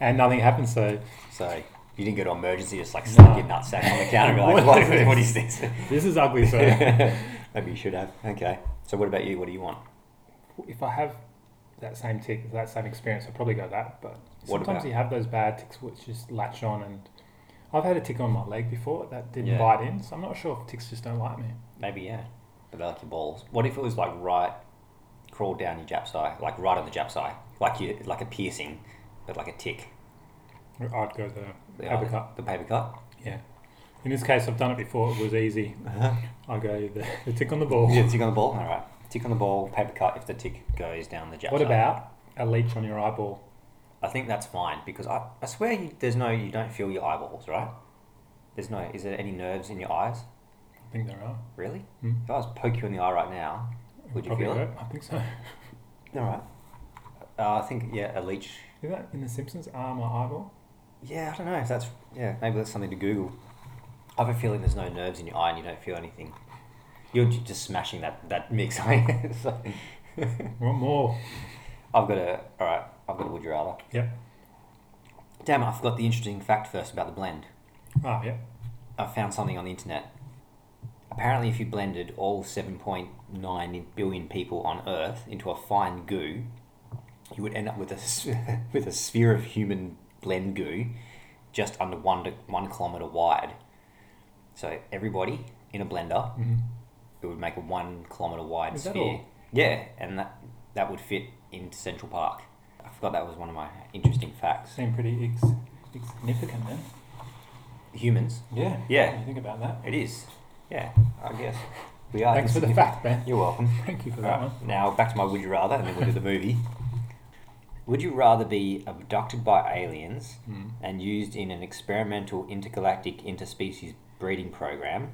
B: And nothing happened, so
C: So you didn't go to emergency, just like stuck
B: No.
C: your nutsack on the counter and be like, what, what, what is this?
B: this is ugly. So
C: Maybe you should have. Okay. So what about you? What do you want?
B: if I have that same tick, that same experience, I'll probably go that. But
C: What
B: sometimes
C: about-
B: you have those bad ticks which just latch on, and I've had a tick on my leg before that didn't
C: Yeah.
B: bite in, so I'm not sure if ticks just don't like me.
C: Maybe, yeah. But they like your balls. What if it was like right, crawl down your jap's eye, like right on the jap's eye, like you, like a piercing, but like a tick.
B: I'd go the
C: The
B: paper
C: eye-
B: cut.
C: The paper cut.
B: Yeah. In this case, I've done it before. It was easy. I go the, the tick on the ball.
C: Uh-huh. Yeah, tick on the ball. All right. Tick on the ball, paper cut. If the tick goes down the jap's
B: What
C: eye.
B: about a leech on your eyeball?
C: I think that's fine because I, I swear you, there's no you don't feel your eyeballs, right? There's no is there any nerves in your eyes?
B: I think there are.
C: Really? If I was to poke you in the eye right now, would you
B: Probably
C: feel it?
B: hurt. I think so.
C: All right. Uh, I think yeah, a leech.
B: Is that in The Simpsons? Ah, my eyeball.
C: Yeah, I don't know if that's yeah maybe that's something to Google. I have a feeling there's no nerves in your eye and you don't feel anything. You're ju- just smashing that that mix. aren't you? so,
B: Want more?
C: I've got a all right. I've got a would you rather.
B: Yep.
C: Damn, I forgot the interesting fact first about the blend.
B: Ah, yep.
C: I found something on the internet. Apparently, if you blended all 7.9 billion people on Earth into a fine goo, you would end up with a s- with a sphere of human blend goo, just under one to, one kilometer wide. So everybody in a blender,
B: Mm-hmm.
C: it would make a one kilometer wide
B: Is that
C: sphere.
B: all?
C: Yeah, and that that would fit into Central Park. I forgot that was one of my interesting facts.
B: Seem pretty ex- significant then.
C: Humans.
B: Yeah.
C: Yeah.
B: What do you think about that?
C: It is. Yeah, I guess. We are.
B: Thanks for the
C: insignificant.
B: fact, Ben.
C: You're welcome.
B: Thank you for that
C: Right,
B: one.
C: now back to my would you rather, and then we'll do the movie. Would you rather be abducted by aliens and used in an experimental intergalactic interspecies breeding program,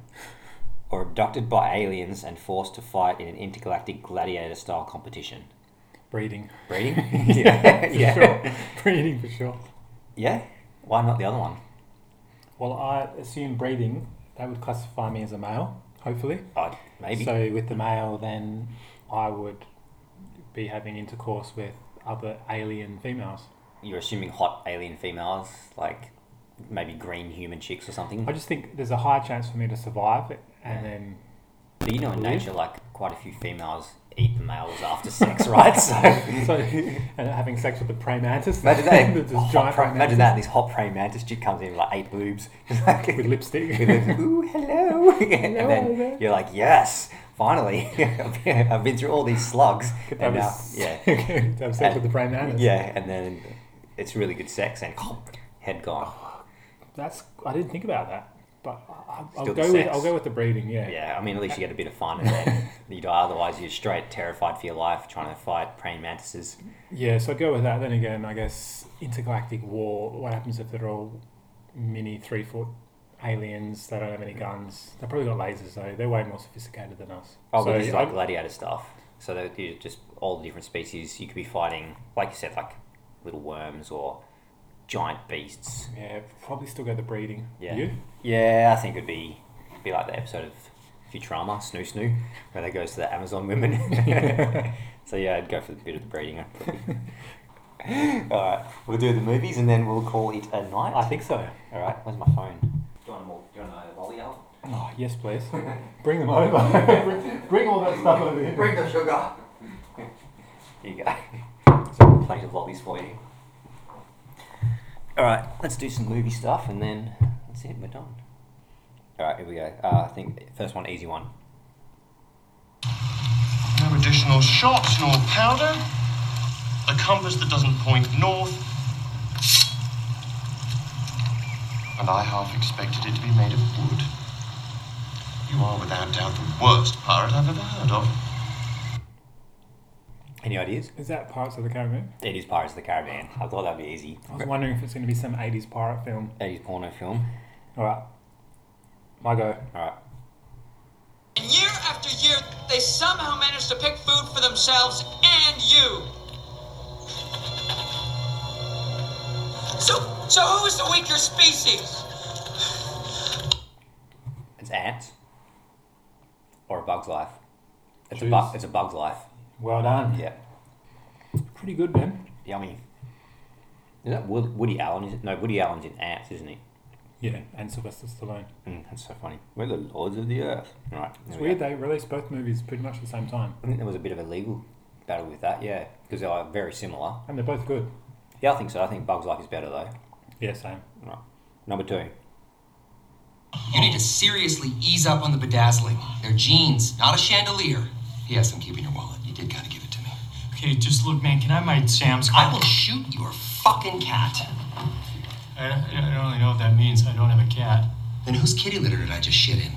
C: or abducted by aliens and forced to fight in an intergalactic gladiator style competition?
B: Breeding.
C: Breeding? yeah. yeah.
B: Sure. breeding for sure.
C: Yeah? Why not the other one?
B: Well, I assume breeding, they would classify me as a male. hopefully.
C: Oh, maybe.
B: So with the male, then I would be having intercourse with other alien females.
C: You're assuming hot alien females, like maybe green human chicks or something.
B: I just think there's a high chance for me to survive it, and then
C: But you know, in
B: Really?
C: nature, like quite a few females eat males after sex, right? So.
B: so and having sex with the praying mantis.
C: Imagine that.
B: There's this
C: Oh, hot
B: giant
C: praying-
B: praying
C: imagine that.
B: mantis
C: This hot praying mantis chick comes in with like eight boobs.
B: with lipstick.
C: With lips. Ooh, hello. and
B: Hello,
C: then
B: hello.
C: you're like, yes, finally. I've been through all these slugs.
B: Could
C: And
B: have
C: now,
B: s-
C: yeah.
B: could have sex
C: And-
B: with the praying mantis.
C: Yeah, and then it's really good sex and head gone.
B: Oh. that's I didn't think about that, but I, I'll
C: Still
B: go
C: the
B: with
C: sex.
B: I'll go with the breeding. Yeah.
C: Yeah, I mean, at least you get a bit of fun and then you die. Otherwise, you're straight terrified for your life trying to fight praying mantises.
B: Yeah, so I'd go with that. Then again, I guess intergalactic war. What happens if they're all mini three foot aliens? They don't have
C: Mm.
B: any guns. They probably got lasers though. They're way more sophisticated than us.
C: Oh,
B: so
C: but this is
B: I-
C: like gladiator stuff. So that you just all the different species you could be fighting, like you said, like little worms or giant beasts.
B: yeah, probably still go the breeding.
C: Yeah.
B: You?
C: Yeah, I think it'd be be like the episode of Futurama, Snoo Snoo, where they goes to the Amazon women. so yeah, I'd go for the bit of the breeding. I'd probably. all right, we'll do the movies and then we'll call it a night.
B: I think so.
C: All right, where's my phone? Do you want, more, do you want a lolly out?
B: Oh yes, please. bring them over. bring, bring all that stuff over here.
C: the sugar. Here you go. So a plate of lollies for you. All right, let's do some movie stuff, and then that's it. We're done. All right, here we go. Uh, I think first one, easy one.
G: No additional shots, nor powder. A compass that doesn't point north. And I half expected it to be made of wood. You are without doubt the worst pirate I've ever heard of.
C: Any ideas?
B: Is that Pirates of the Caribbean?
C: It is Pirates of the Caribbean. I thought that'd be easy.
B: I was wondering if it's going to be some '80s pirate film.
C: Eighties porno film.
B: All right, my go.
C: All right.
H: And year after year, they somehow manage to pick food for themselves and you. So, so who is the weaker species?
C: It's ants. Or a bug's life. It's a
B: Jeez.
C: bug. It's a bug's life.
B: Well done.
C: Yeah.
B: Pretty good, man.
C: Yummy. Is that Wo- Woody Allen? Is it? No, Woody Allen's in Ants, isn't he?
B: Yeah, and Sylvester Stallone.
C: Mm, that's so funny. We're the lords of the earth. All right.
B: It's
C: there we
B: weird
C: go.
B: they released both movies pretty much at the same time,
C: I think there was a bit of a legal battle with that. Yeah, because they are very similar.
B: and they're both good.
C: Yeah, I think so. I think Bug's Life is better though.
B: Yeah, same.
C: All right. Number two.
I: You need to seriously ease up on the bedazzling. They're jeans, not a chandelier. Yes, I'm keeping your wallet. You did kind of give it to me.
G: Okay, just look, man, can I mind Sam's
I: I will shoot your fucking cat.
G: I don't, I don't really know what that means. I don't have a cat.
I: Then whose kitty litter did I just shit in?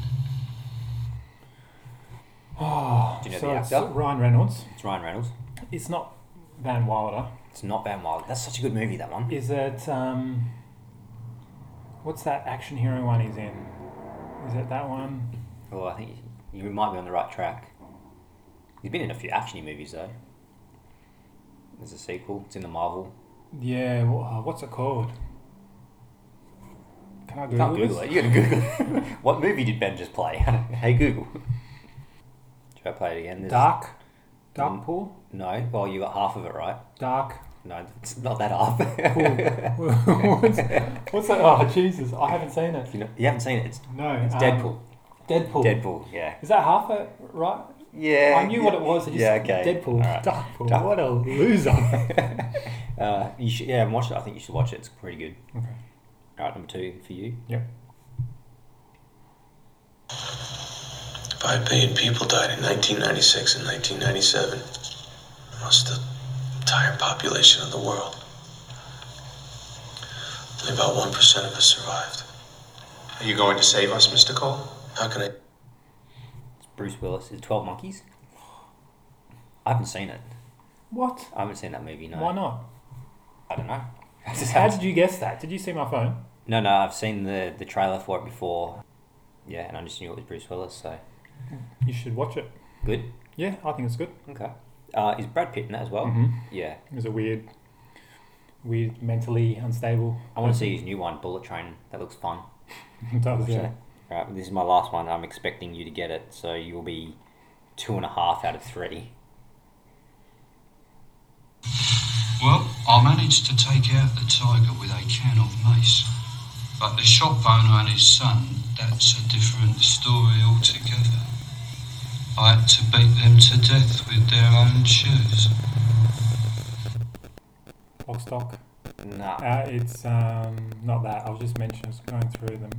C: Oh, Do you know
B: so
C: the
B: it's
C: actor?
B: Ryan Reynolds.
C: It's Ryan Reynolds.
B: It's not Van Wilder.
C: It's not Van Wilder. That's such a good movie. That one.
B: Is it um? What's that action hero one he's in? Is it that one?
C: Oh, I think you you might be on the right track. He's been in a few actiony movies though. There's a sequel. It's in the Marvel.
B: Yeah. wha- uh, What's it called? Can I Google,
C: Can't Google
B: this?
C: it. You gotta Google it. what movie did Ben just play? hey Google. Should I play it Mm. again? There's-
B: Dark. Dark pool.
C: No. Well, you got half of it right.
B: Dark.
C: No, it's not that half.
B: what's, what's that? Oh Jesus! I haven't seen it.
C: you, know, you haven't seen it. It's,
B: No.
C: it's
B: um,
C: Deadpool.
B: Deadpool.
C: Deadpool. Yeah.
B: Is that half it right?
C: Yeah.
B: I knew what it was. I just,
C: yeah. Okay.
B: Deadpool.
C: All right.
B: Deadpool.
C: Dark-
B: What a loser.
C: Uh, you should. Yeah, haven't watched it. I think you should watch it. It's pretty good.
B: okay.
C: All right, number two for you.
B: Yep.
J: Five billion people died in 1996 and 1997. Almost the entire population of the world. Only about 1% of us survived. Are you going to save us, Mr. Cole? How can I?
C: It's Bruce Willis. Is Twelve Monkeys? I haven't seen it.
B: What?
C: I haven't seen that movie. No.
B: Why not?
C: I don't know. I just
B: How
C: haven't-
B: did you guess that? Did you see my phone?
C: No, no. I've seen the the trailer for it before. Yeah, and I just knew it was Bruce Willis. So
B: You should watch it.
C: good.
B: Yeah, I think it's good.
C: Okay. Uh, is Brad Pitt in that as well?
B: Mm-hmm.
C: Yeah.
B: It was a weird, weird, mentally unstable.
C: I want to see his new one, Bullet Train. That looks fun.
B: That was, yeah.
C: Right, Uh, this is my last one. I'm expecting you to get it, so you'll be two and a half out of three.
I: Well, I managed to take out the tiger with a can of mace. But the shop owner and his son, that's a different story altogether. I had to beat them to death with their own shoes.
B: Lockstock.
C: Nah.
B: Uh, it's um, not that. I was just mentioning, just going through them.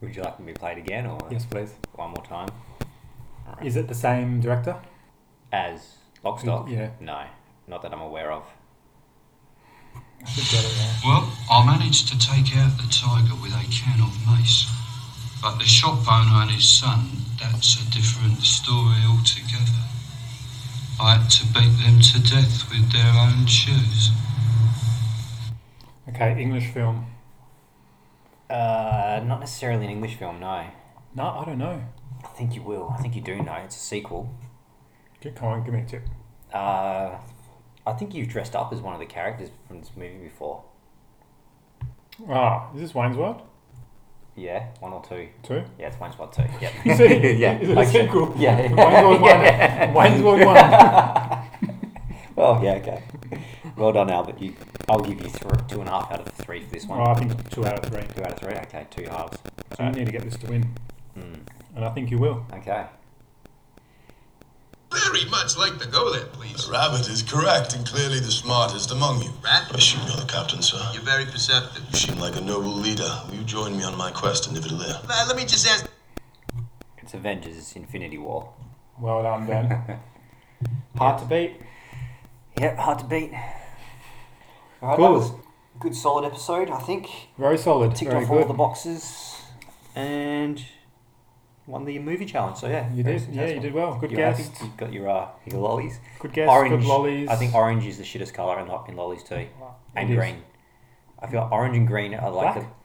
C: Would you like me to play it again, or
B: Yes, please.
C: one more time? Alright.
B: Is it the same director?
C: as Lockstock?
B: Yeah.
C: No, not that I'm aware of.
B: I should get it right.
I: Well, I managed to take out the tiger with a can of mace. But the shop owner and his son, that's a different story altogether. I had to beat them to death with their own shoes.
B: Okay, English film.
C: Uh, not necessarily an English film. No, I
B: No, I don't know.
C: think you will. I think you do know. It's a sequel.
B: Good comment. Give me a tip.
C: Uh, I think you've dressed up as one of the characters from this movie before.
B: Ah, is this Wayne's World?
C: Yeah, one or two.
B: Two?
C: Yeah, it's Wayne's World two. Yep.
B: You see? Is it a
C: okay.
B: sequel?
C: Yeah.
B: Wayne's World
C: Yeah.
B: 1. Wayne's World 1.
C: Oh yeah, okay. Well done, Albert. You, I'll give you thr two and a half out of three for this one.
B: Oh, I think two out of three.
C: Two out of three. Okay, two halves.
B: So you need to get this to win.
C: hmm.
B: And I think you will.
C: Okay.
K: Very much like to go there, please.
J: Rabbit is correct and clearly the smartest among you.
K: Rat?
J: I should know the captain, sir.
K: You're very perceptive.
J: You seem like a noble leader. Will you join me on my quest, Individualia?
K: Uh, let me just ask.
C: It's Avengers: Infinity War.
B: Well done, Ben. Hard to beat.
C: Yep, hard to beat. All right,
B: Cool.
C: that was a good solid episode, I think.
B: Very solid.
C: Ticked
B: Very
C: off all
B: good.
C: the boxes and won the movie challenge. So yeah,
B: You
C: very
B: did.
C: successful.
B: Yeah, you did well. Good
C: You're happy?
B: guess.
C: You got your uh, your lollies.
B: Good guess.
C: orange.
B: Good lollies.
C: I think orange is the shittest color in, lo- in lollies too, and
B: It is.
C: green. I feel orange and green are like
B: Black?
C: the.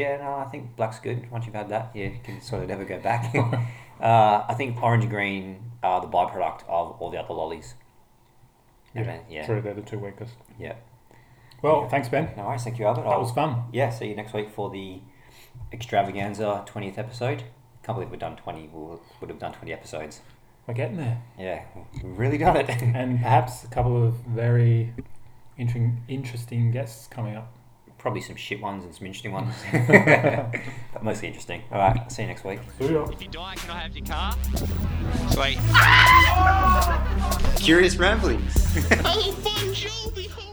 C: Yeah, no, I think black's good. Once you've had that, yeah, you can sort of never go back. uh, I think orange and green are the byproduct of all the other lollies. And
B: Yeah,
C: then- yeah,
B: True, they're the two weakest.
C: yeah.
B: Well, thanks, Ben.
C: No worries, thank you, Albert.
B: That was fun.
C: Yeah, see you next week for the extravaganza 20th episode. Can't believe we've done 20, we would have done 20 episodes.
B: We're getting there.
C: Yeah, we've really done it.
B: And perhaps a couple of very inter- interesting guests coming up.
C: Probably some shit ones and some interesting ones, but mostly interesting. All right, see you next week.
A: If you die, can I have your car? Sweet.
K: Curious ramblings.
A: oh, bon Jovi!